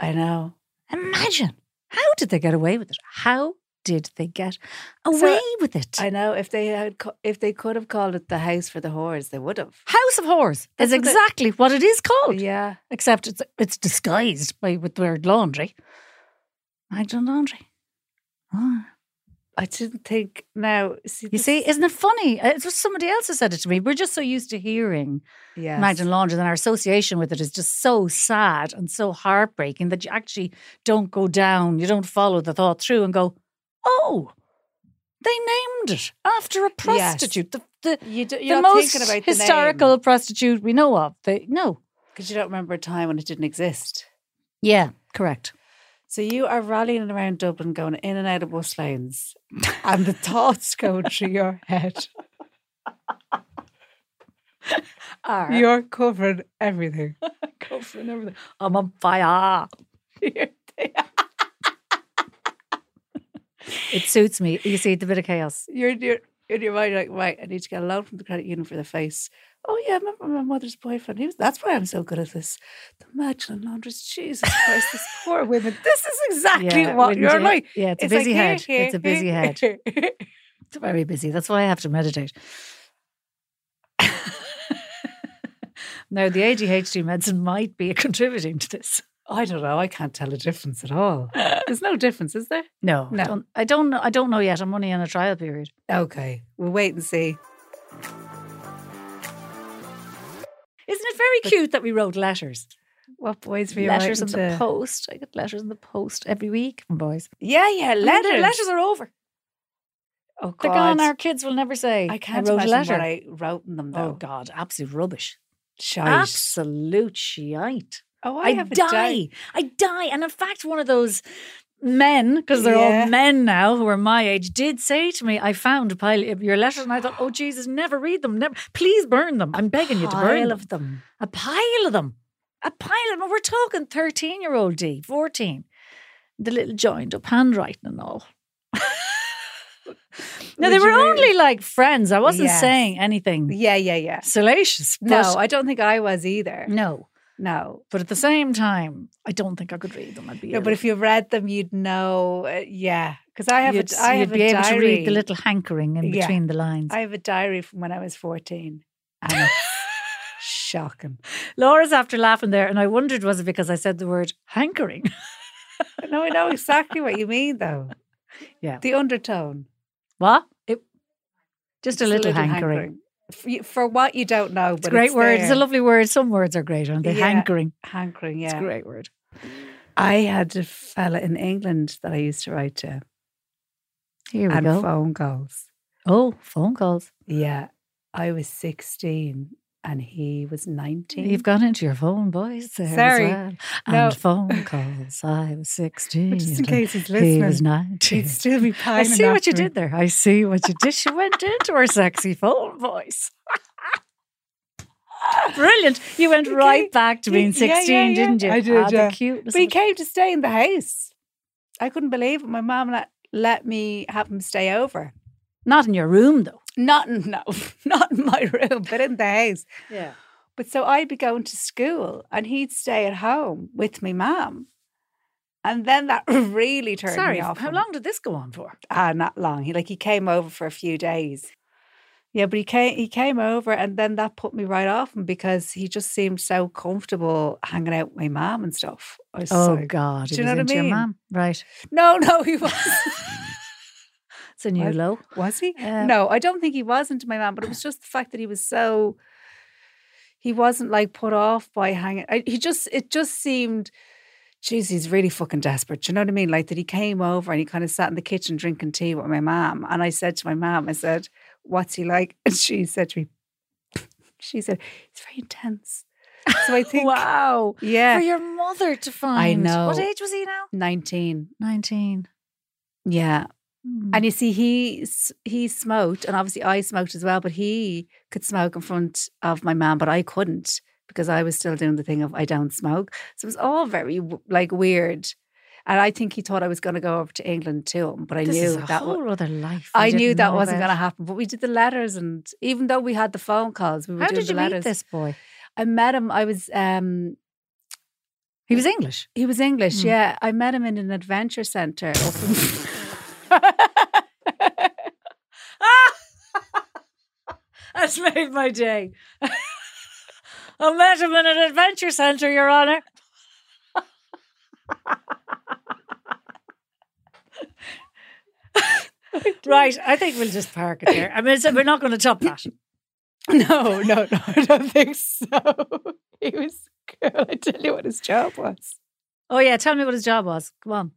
[SPEAKER 2] I know.
[SPEAKER 3] Imagine. How did they get away with it? How did they get away with it?
[SPEAKER 2] I know. If they had, co- if they could have called it the house for the whores, they would have.
[SPEAKER 3] House of Whores
[SPEAKER 2] That's
[SPEAKER 3] is
[SPEAKER 2] what they-
[SPEAKER 3] exactly what it is called,
[SPEAKER 2] Yeah.
[SPEAKER 3] except it's it's disguised by with the word laundry. Magdalene Laundry. Ah.
[SPEAKER 2] I didn't think. Now, see,
[SPEAKER 3] You
[SPEAKER 2] this-
[SPEAKER 3] see, isn't it funny? It was somebody else who said it to me. We're just so used to hearing
[SPEAKER 2] yes.
[SPEAKER 3] Magdalene Laundry, and our association with it is just so sad and so heartbreaking that you actually don't go down, you don't follow the thought through and go, oh, they named it after a prostitute, the, the,
[SPEAKER 2] You do,
[SPEAKER 3] the
[SPEAKER 2] you're not
[SPEAKER 3] most
[SPEAKER 2] thinking about the
[SPEAKER 3] historical prostitute we know of. They, no.
[SPEAKER 2] because you don't remember a time when it didn't exist.
[SPEAKER 3] Yeah, correct.
[SPEAKER 2] So you are rallying around Dublin, going in and out of bus lanes, and the thoughts go through your head.
[SPEAKER 3] Are.
[SPEAKER 2] You're covering everything.
[SPEAKER 3] covering everything. I'm on fire. it suits me. You see, the bit of chaos.
[SPEAKER 2] You're, you're in your mind, like, right, I need to get a loan from the credit union for the face. Oh yeah, I remember my mother's boyfriend. He was, that's why I'm so good at this. The Magdalene laundries. Jesus Christ, these poor women. This is exactly
[SPEAKER 3] Yeah,
[SPEAKER 2] what
[SPEAKER 3] wouldn't
[SPEAKER 2] you're
[SPEAKER 3] you?
[SPEAKER 2] like.
[SPEAKER 3] Yeah, it's a
[SPEAKER 2] like,
[SPEAKER 3] busy
[SPEAKER 2] here,
[SPEAKER 3] head.
[SPEAKER 2] here,
[SPEAKER 3] It's a busy
[SPEAKER 2] here,
[SPEAKER 3] head.
[SPEAKER 2] here.
[SPEAKER 3] It's very busy. That's why I have to meditate. now, the ADHD medicine might be contributing to this.
[SPEAKER 2] I don't know. I can't tell a difference at all. There's no difference, is there?
[SPEAKER 3] No,
[SPEAKER 2] No.
[SPEAKER 3] I, don't, I don't know. I don't know yet. I'm only in a trial period.
[SPEAKER 2] Okay, we'll wait and see.
[SPEAKER 3] Isn't it very cute that we wrote letters?
[SPEAKER 2] What boys were you
[SPEAKER 3] Letters
[SPEAKER 2] letters
[SPEAKER 3] in
[SPEAKER 2] writing
[SPEAKER 3] the
[SPEAKER 2] to?
[SPEAKER 3] post. I get letters in the post every week from boys.
[SPEAKER 2] yeah, yeah,
[SPEAKER 3] I mean, their
[SPEAKER 2] letters.
[SPEAKER 3] letters are over.
[SPEAKER 2] Oh
[SPEAKER 3] They're
[SPEAKER 2] God,
[SPEAKER 3] gone. Our kids will never say.
[SPEAKER 2] I can't
[SPEAKER 3] I wrote
[SPEAKER 2] imagine
[SPEAKER 3] a letter.
[SPEAKER 2] what I wrote in them though.
[SPEAKER 3] Oh God! Absolute rubbish.
[SPEAKER 2] Shite.
[SPEAKER 3] Absolute shite.
[SPEAKER 2] Oh, I,
[SPEAKER 3] I,
[SPEAKER 2] have a
[SPEAKER 3] die. I die. And in fact, one of those men, because they're
[SPEAKER 2] Yeah.
[SPEAKER 3] all men now who are my age, did say to me, I found a pile of your letters. And I thought, oh, Jesus, never read them. Never, please burn them. I'm begging you to burn
[SPEAKER 2] pile
[SPEAKER 3] them.
[SPEAKER 2] of them.
[SPEAKER 3] A pile of them. A pile of them. We're talking 13 year old D, 14. The little joined up handwriting and all. now, they
[SPEAKER 2] Would
[SPEAKER 3] were
[SPEAKER 2] you really-
[SPEAKER 3] only like friends. I wasn't
[SPEAKER 2] Yes.
[SPEAKER 3] saying anything
[SPEAKER 2] Yeah, yeah, yeah.
[SPEAKER 3] salacious.
[SPEAKER 2] No,
[SPEAKER 3] but-
[SPEAKER 2] I don't think I was either.
[SPEAKER 3] no.
[SPEAKER 2] No.
[SPEAKER 3] But at the same time, I don't think I could read them. I'd be
[SPEAKER 2] No,
[SPEAKER 3] ill.
[SPEAKER 2] but if you read them, you'd know. Uh, yeah, because I have
[SPEAKER 3] you'd,
[SPEAKER 2] a, I
[SPEAKER 3] you'd
[SPEAKER 2] have
[SPEAKER 3] be
[SPEAKER 2] a
[SPEAKER 3] able
[SPEAKER 2] diary.
[SPEAKER 3] to read the little hankering in
[SPEAKER 2] Yeah.
[SPEAKER 3] between the lines.
[SPEAKER 2] I have a diary from when I was fourteen, and it's shocking.
[SPEAKER 3] Laura's after laughing there, and I wondered was it because I said the word hankering?
[SPEAKER 2] No, I know exactly what you mean, though.
[SPEAKER 3] Yeah.
[SPEAKER 2] the undertone.
[SPEAKER 3] what? It, just a
[SPEAKER 2] It's
[SPEAKER 3] little, hankering.
[SPEAKER 2] hankering. F- For what you don't know,
[SPEAKER 3] It's
[SPEAKER 2] but
[SPEAKER 3] a great word. It's a
[SPEAKER 2] there.
[SPEAKER 3] lovely word. Some words are great, aren't they?
[SPEAKER 2] Yeah.
[SPEAKER 3] Hankering.
[SPEAKER 2] hankering.
[SPEAKER 3] It's a
[SPEAKER 2] Yeah,
[SPEAKER 3] great word.
[SPEAKER 2] I had a fella in England that I used to write to,
[SPEAKER 3] Here we
[SPEAKER 2] and
[SPEAKER 3] go.
[SPEAKER 2] phone calls.
[SPEAKER 3] oh, phone calls.
[SPEAKER 2] Yeah, I was sixteen, and he was 19
[SPEAKER 3] You've gone into your phone voice there. as
[SPEAKER 2] Sorry.
[SPEAKER 3] well.
[SPEAKER 2] No.
[SPEAKER 3] And phone calls. I was 16.
[SPEAKER 2] Just in
[SPEAKER 3] and
[SPEAKER 2] case he's
[SPEAKER 3] He was
[SPEAKER 2] listening,
[SPEAKER 3] 19.
[SPEAKER 2] he'd still be
[SPEAKER 3] I
[SPEAKER 2] pining
[SPEAKER 3] see what you
[SPEAKER 2] after me.
[SPEAKER 3] did there. I see what you did. She went into her sexy phone voice. Brilliant. You went
[SPEAKER 2] Okay.
[SPEAKER 3] right back to being
[SPEAKER 2] Yeah, yeah,
[SPEAKER 3] 16,
[SPEAKER 2] yeah.
[SPEAKER 3] didn't you?
[SPEAKER 2] I did,
[SPEAKER 3] Ah, the
[SPEAKER 2] yeah.
[SPEAKER 3] cuteness
[SPEAKER 2] But he
[SPEAKER 3] of it.
[SPEAKER 2] came to stay in the house. I couldn't believe it. My mom let, let me have him stay over.
[SPEAKER 3] Not in your room, though.
[SPEAKER 2] Not in, no, not in my room, but in the house.
[SPEAKER 3] Yeah.
[SPEAKER 2] But so I'd be going to school and he'd stay at home with my mom. And then that really turned
[SPEAKER 3] Sorry.
[SPEAKER 2] me off.
[SPEAKER 3] How
[SPEAKER 2] him.
[SPEAKER 3] long did this go on for?
[SPEAKER 2] Ah, not long. He like he came over for a few days. Yeah, but he came he came over and then that put me right off him because he just seemed so comfortable hanging out with my mom and stuff. I was
[SPEAKER 3] Oh
[SPEAKER 2] so-
[SPEAKER 3] God!
[SPEAKER 2] Do
[SPEAKER 3] it
[SPEAKER 2] you
[SPEAKER 3] was
[SPEAKER 2] know what I
[SPEAKER 3] into
[SPEAKER 2] mean?
[SPEAKER 3] Your mom. Right?
[SPEAKER 2] No, no, he was
[SPEAKER 3] It's a new
[SPEAKER 2] What?
[SPEAKER 3] low.
[SPEAKER 2] was he?
[SPEAKER 3] Uh,
[SPEAKER 2] no, I don't think he was into my mom, but it was just the fact that he was so he wasn't like put off by hanging I, he just it just seemed Jeez, he's really fucking desperate. Do you know what I mean? Like that he came over and he kind of sat in the kitchen drinking tea with my mom. And I said to my mom, I said, What's he like? And she said to me, She said, He's very intense. So I think
[SPEAKER 3] Wow!
[SPEAKER 2] Yeah.
[SPEAKER 3] For your mother to find. What
[SPEAKER 2] know.
[SPEAKER 3] age was he now?
[SPEAKER 2] 19.
[SPEAKER 3] Nineteen.
[SPEAKER 2] Yeah.
[SPEAKER 3] Hmm.
[SPEAKER 2] And you see, he s- he smoked, and obviously I smoked as well. But he could smoke in front of my mom, but I couldn't because I was still doing the thing of I don't smoke. So it was all very w- like weird, and I think he thought I was going to go over to England too. But I
[SPEAKER 3] this
[SPEAKER 2] knew
[SPEAKER 3] is a
[SPEAKER 2] that. wa-
[SPEAKER 3] whole eh? other life.
[SPEAKER 2] I knew that wasn't going to
[SPEAKER 3] to
[SPEAKER 2] happen, but we did the letters, and even though we had the phone calls, we were
[SPEAKER 3] How
[SPEAKER 2] doing
[SPEAKER 3] did you
[SPEAKER 2] the
[SPEAKER 3] meet
[SPEAKER 2] letters.
[SPEAKER 3] this boy?
[SPEAKER 2] I met him. I was um,
[SPEAKER 3] He was English.
[SPEAKER 2] He was English,
[SPEAKER 3] Mm.
[SPEAKER 2] yeah. I met him in an adventure centre. up in-
[SPEAKER 3] That's made my day. I met him in an adventure centre, Your Honour. right, I think we'll just park it there. I mean, it's- we're not going to top that.
[SPEAKER 2] no, no, no, I don't think so. He was cool. I tell you what his job was.
[SPEAKER 3] Oh yeah, tell me what his job was. Come on,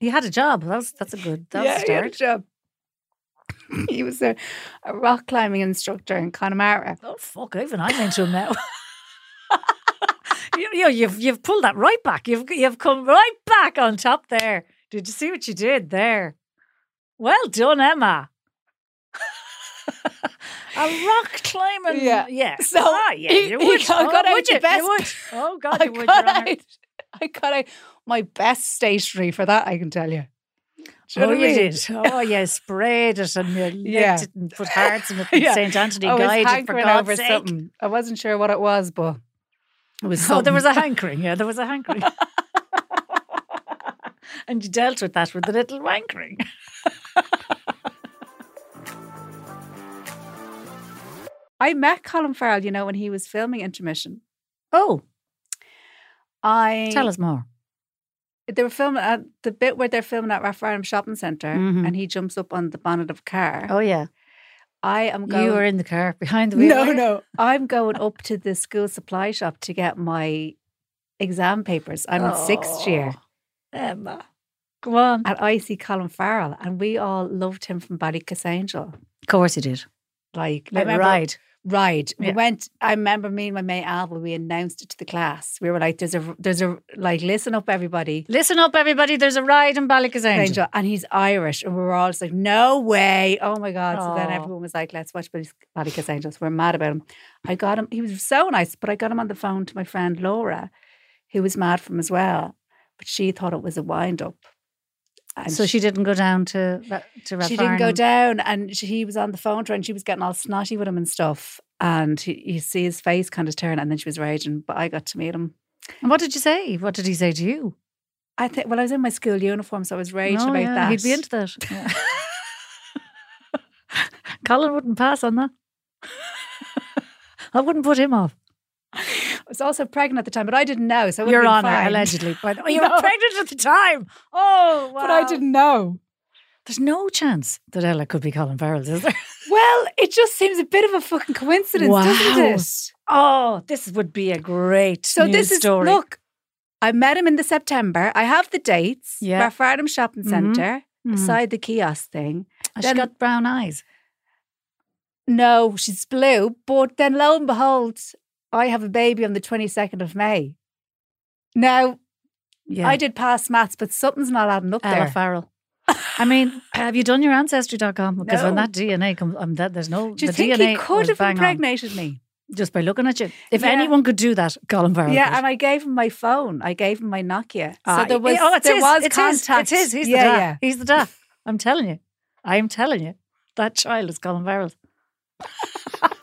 [SPEAKER 3] he had a job. That's that's a good. That's a
[SPEAKER 2] he had a
[SPEAKER 3] start.
[SPEAKER 2] job. He was a, a rock climbing instructor in Connemara.
[SPEAKER 3] Oh fuck! Even I'm into him now. you, you know, you've you've pulled that right back. You've you've come right back on top there. Did you see what you did there? Well done, Emma. a rock climbing.
[SPEAKER 2] Yeah.
[SPEAKER 3] Yes.
[SPEAKER 2] So
[SPEAKER 3] ah, yeah.
[SPEAKER 2] he-
[SPEAKER 3] You
[SPEAKER 2] he
[SPEAKER 3] would.
[SPEAKER 2] got-
[SPEAKER 3] oh,
[SPEAKER 2] got out
[SPEAKER 3] would
[SPEAKER 2] the
[SPEAKER 3] you?
[SPEAKER 2] best-
[SPEAKER 3] You would. Oh God,
[SPEAKER 2] I
[SPEAKER 3] you would.
[SPEAKER 2] got
[SPEAKER 3] Your Honour.
[SPEAKER 2] out, I got out my best stationery for that. I can tell you. Do you
[SPEAKER 3] oh,
[SPEAKER 2] know what I
[SPEAKER 3] you
[SPEAKER 2] mean?
[SPEAKER 3] did. Oh, you sprayed it and you licked
[SPEAKER 2] Yeah.
[SPEAKER 3] it and put hearts in it. and
[SPEAKER 2] Yeah.
[SPEAKER 3] St. Anthony
[SPEAKER 2] I was
[SPEAKER 3] guided for
[SPEAKER 2] hankering
[SPEAKER 3] God's
[SPEAKER 2] over
[SPEAKER 3] sake.
[SPEAKER 2] something. I wasn't sure what it was, but it was.
[SPEAKER 3] Oh, there
[SPEAKER 2] something.
[SPEAKER 3] was a hankering. Yeah, there was a hankering. and you dealt with that with a little hankering.
[SPEAKER 2] I met Colin Farrell, you know, when he was filming Intermission.
[SPEAKER 3] Oh,
[SPEAKER 2] I
[SPEAKER 3] tell us more.
[SPEAKER 2] they were filming at the bit where they're filming at Raffarum Shopping Centre,
[SPEAKER 3] Mhm.
[SPEAKER 2] and he jumps up on the bonnet of a car.
[SPEAKER 3] Oh, yeah.
[SPEAKER 2] I am going.
[SPEAKER 3] You were in the car behind the wheel. were you?
[SPEAKER 2] no. I'm going up to the school supply shop to get my exam papers. I'm in sixth year.
[SPEAKER 3] Emma. Go on.
[SPEAKER 2] And I see Colin Farrell, and we all loved him from Ballycasangel.
[SPEAKER 3] Of course you did.
[SPEAKER 2] Like, I
[SPEAKER 3] Little
[SPEAKER 2] remember-
[SPEAKER 3] ride.
[SPEAKER 2] Right.
[SPEAKER 3] Yeah.
[SPEAKER 2] We went. I remember me and my mate Alva. We announced it to the class. We were like, "There's a, there's a, like, listen up, everybody."
[SPEAKER 3] Listen up, everybody. There's a ride in Ballycasangel.
[SPEAKER 2] Angel, and he's Irish, and we were all just like, "No way! Oh my god!" So then
[SPEAKER 3] Aw.
[SPEAKER 2] everyone was like, "Let's watch Ballycus Angels." We're mad about him. I got him. He was so nice, but I got him on the phone to my friend Laura, who was mad from as well, but she thought it was a wind up. And
[SPEAKER 3] So she didn't go down to Ra- to
[SPEAKER 2] she didn't go
[SPEAKER 3] Raffarnham?
[SPEAKER 2] down, and she, he was on the phone to her, and she was getting all snotty with him and stuff. And he, you see his face kind of turn, and then she was raging. But I got to meet him.
[SPEAKER 3] And what did you say? What did he say to you?
[SPEAKER 2] I think. Well, I was in my school uniform, so I was raging
[SPEAKER 3] No,
[SPEAKER 2] about
[SPEAKER 3] yeah,
[SPEAKER 2] that.
[SPEAKER 3] He'd be into that. Colin wouldn't pass on that. I wouldn't put him off.
[SPEAKER 2] I was also pregnant at the time, but I didn't know. So I would've
[SPEAKER 3] Your
[SPEAKER 2] been
[SPEAKER 3] Honour,
[SPEAKER 2] fine.
[SPEAKER 3] allegedly. But oh, you were
[SPEAKER 2] No.
[SPEAKER 3] pregnant at the time. Oh, wow.
[SPEAKER 2] But I didn't know.
[SPEAKER 3] There's no chance that Ella could be Colin Farrell's, is there?
[SPEAKER 2] Well, it just seems a bit of a fucking coincidence, doesn't
[SPEAKER 3] Wow.
[SPEAKER 2] it?
[SPEAKER 3] Oh, this would be a great
[SPEAKER 2] So
[SPEAKER 3] news
[SPEAKER 2] this is
[SPEAKER 3] story.
[SPEAKER 2] look. I met him in the September. I have the dates.
[SPEAKER 3] Yeah.
[SPEAKER 2] Raffarnham Shopping
[SPEAKER 3] Mhm.
[SPEAKER 2] Centre
[SPEAKER 3] Mhm.
[SPEAKER 2] beside the kiosk thing.
[SPEAKER 3] And
[SPEAKER 2] then-
[SPEAKER 3] she got brown eyes.
[SPEAKER 2] No, she's blue. But then lo and behold, I have a baby on the twenty second of May. Now
[SPEAKER 3] Yeah,
[SPEAKER 2] I did pass maths, but something's not adding up
[SPEAKER 3] Ella
[SPEAKER 2] there.
[SPEAKER 3] Farrell. I mean, have you done your ancestry.com? Because when
[SPEAKER 2] No.
[SPEAKER 3] that DNA comes, um, that, there's no.
[SPEAKER 2] Do you
[SPEAKER 3] the
[SPEAKER 2] think
[SPEAKER 3] DNA
[SPEAKER 2] he could
[SPEAKER 3] was
[SPEAKER 2] have
[SPEAKER 3] bang on.
[SPEAKER 2] impregnated me?
[SPEAKER 3] just by looking at you. If
[SPEAKER 2] Yeah.
[SPEAKER 3] anyone could do that, Colin Farrell.
[SPEAKER 2] Yeah,
[SPEAKER 3] could.
[SPEAKER 2] and I gave him my phone. I gave him my Nokia.
[SPEAKER 3] Ah,
[SPEAKER 2] Oh, so there was
[SPEAKER 3] oh, it's
[SPEAKER 2] there
[SPEAKER 3] his,
[SPEAKER 2] was
[SPEAKER 3] it's his,
[SPEAKER 2] contact.
[SPEAKER 3] it's his. He's
[SPEAKER 2] yeah,
[SPEAKER 3] the da.
[SPEAKER 2] yeah.
[SPEAKER 3] He's the da. I'm telling you. I'm telling you. That child is Colin Farrell.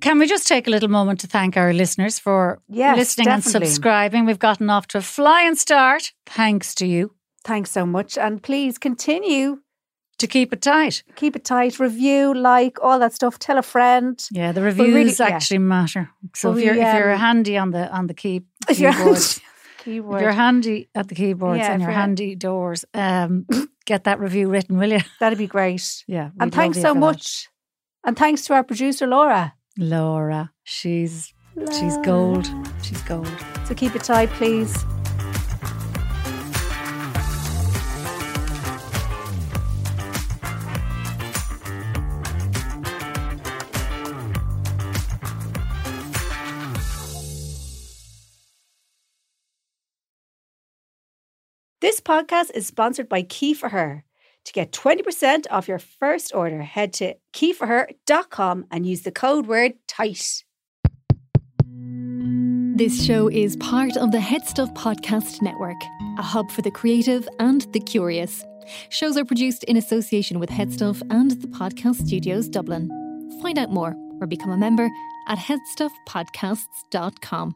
[SPEAKER 3] Can we just take a little moment to thank our listeners for
[SPEAKER 2] Yes,
[SPEAKER 3] listening and
[SPEAKER 2] definitely.
[SPEAKER 3] subscribing? We've gotten off to a flying start thanks to you.
[SPEAKER 2] Thanks so much. And please continue
[SPEAKER 3] to keep it tight.
[SPEAKER 2] Keep it tight, review, like, all that stuff. Tell a friend.
[SPEAKER 3] Yeah, the
[SPEAKER 2] really-
[SPEAKER 3] reviews
[SPEAKER 2] yeah.
[SPEAKER 3] actually matter. So
[SPEAKER 2] But
[SPEAKER 3] if you're
[SPEAKER 2] we,
[SPEAKER 3] if you're
[SPEAKER 2] um,
[SPEAKER 3] handy on the on the key,
[SPEAKER 2] If you're
[SPEAKER 3] keyboard, if
[SPEAKER 2] Keyword.
[SPEAKER 3] you're handy at the keyboards
[SPEAKER 2] Yeah,
[SPEAKER 3] and
[SPEAKER 2] if
[SPEAKER 3] you're
[SPEAKER 2] you're-
[SPEAKER 3] handy doors, um, get that review written, will you?
[SPEAKER 2] That'd be great.
[SPEAKER 3] Yeah.
[SPEAKER 2] and
[SPEAKER 3] we'd
[SPEAKER 2] thanks
[SPEAKER 3] love
[SPEAKER 2] so
[SPEAKER 3] you for that.
[SPEAKER 2] much. And thanks to our producer, Laura.
[SPEAKER 3] Laura. She's she's gold. She's gold.
[SPEAKER 2] So keep it tight, please.
[SPEAKER 11] This podcast is sponsored by Key for Her. To get 20% off your first order, head to keyforher.com and use the code word TIGHT.
[SPEAKER 1] This show is part of the Head Stuff Podcast Network, a hub for the creative and the curious. Shows are produced in association with Headstuff and the Podcast Studios Dublin. Find out more or become a member at headstuffpodcasts.com.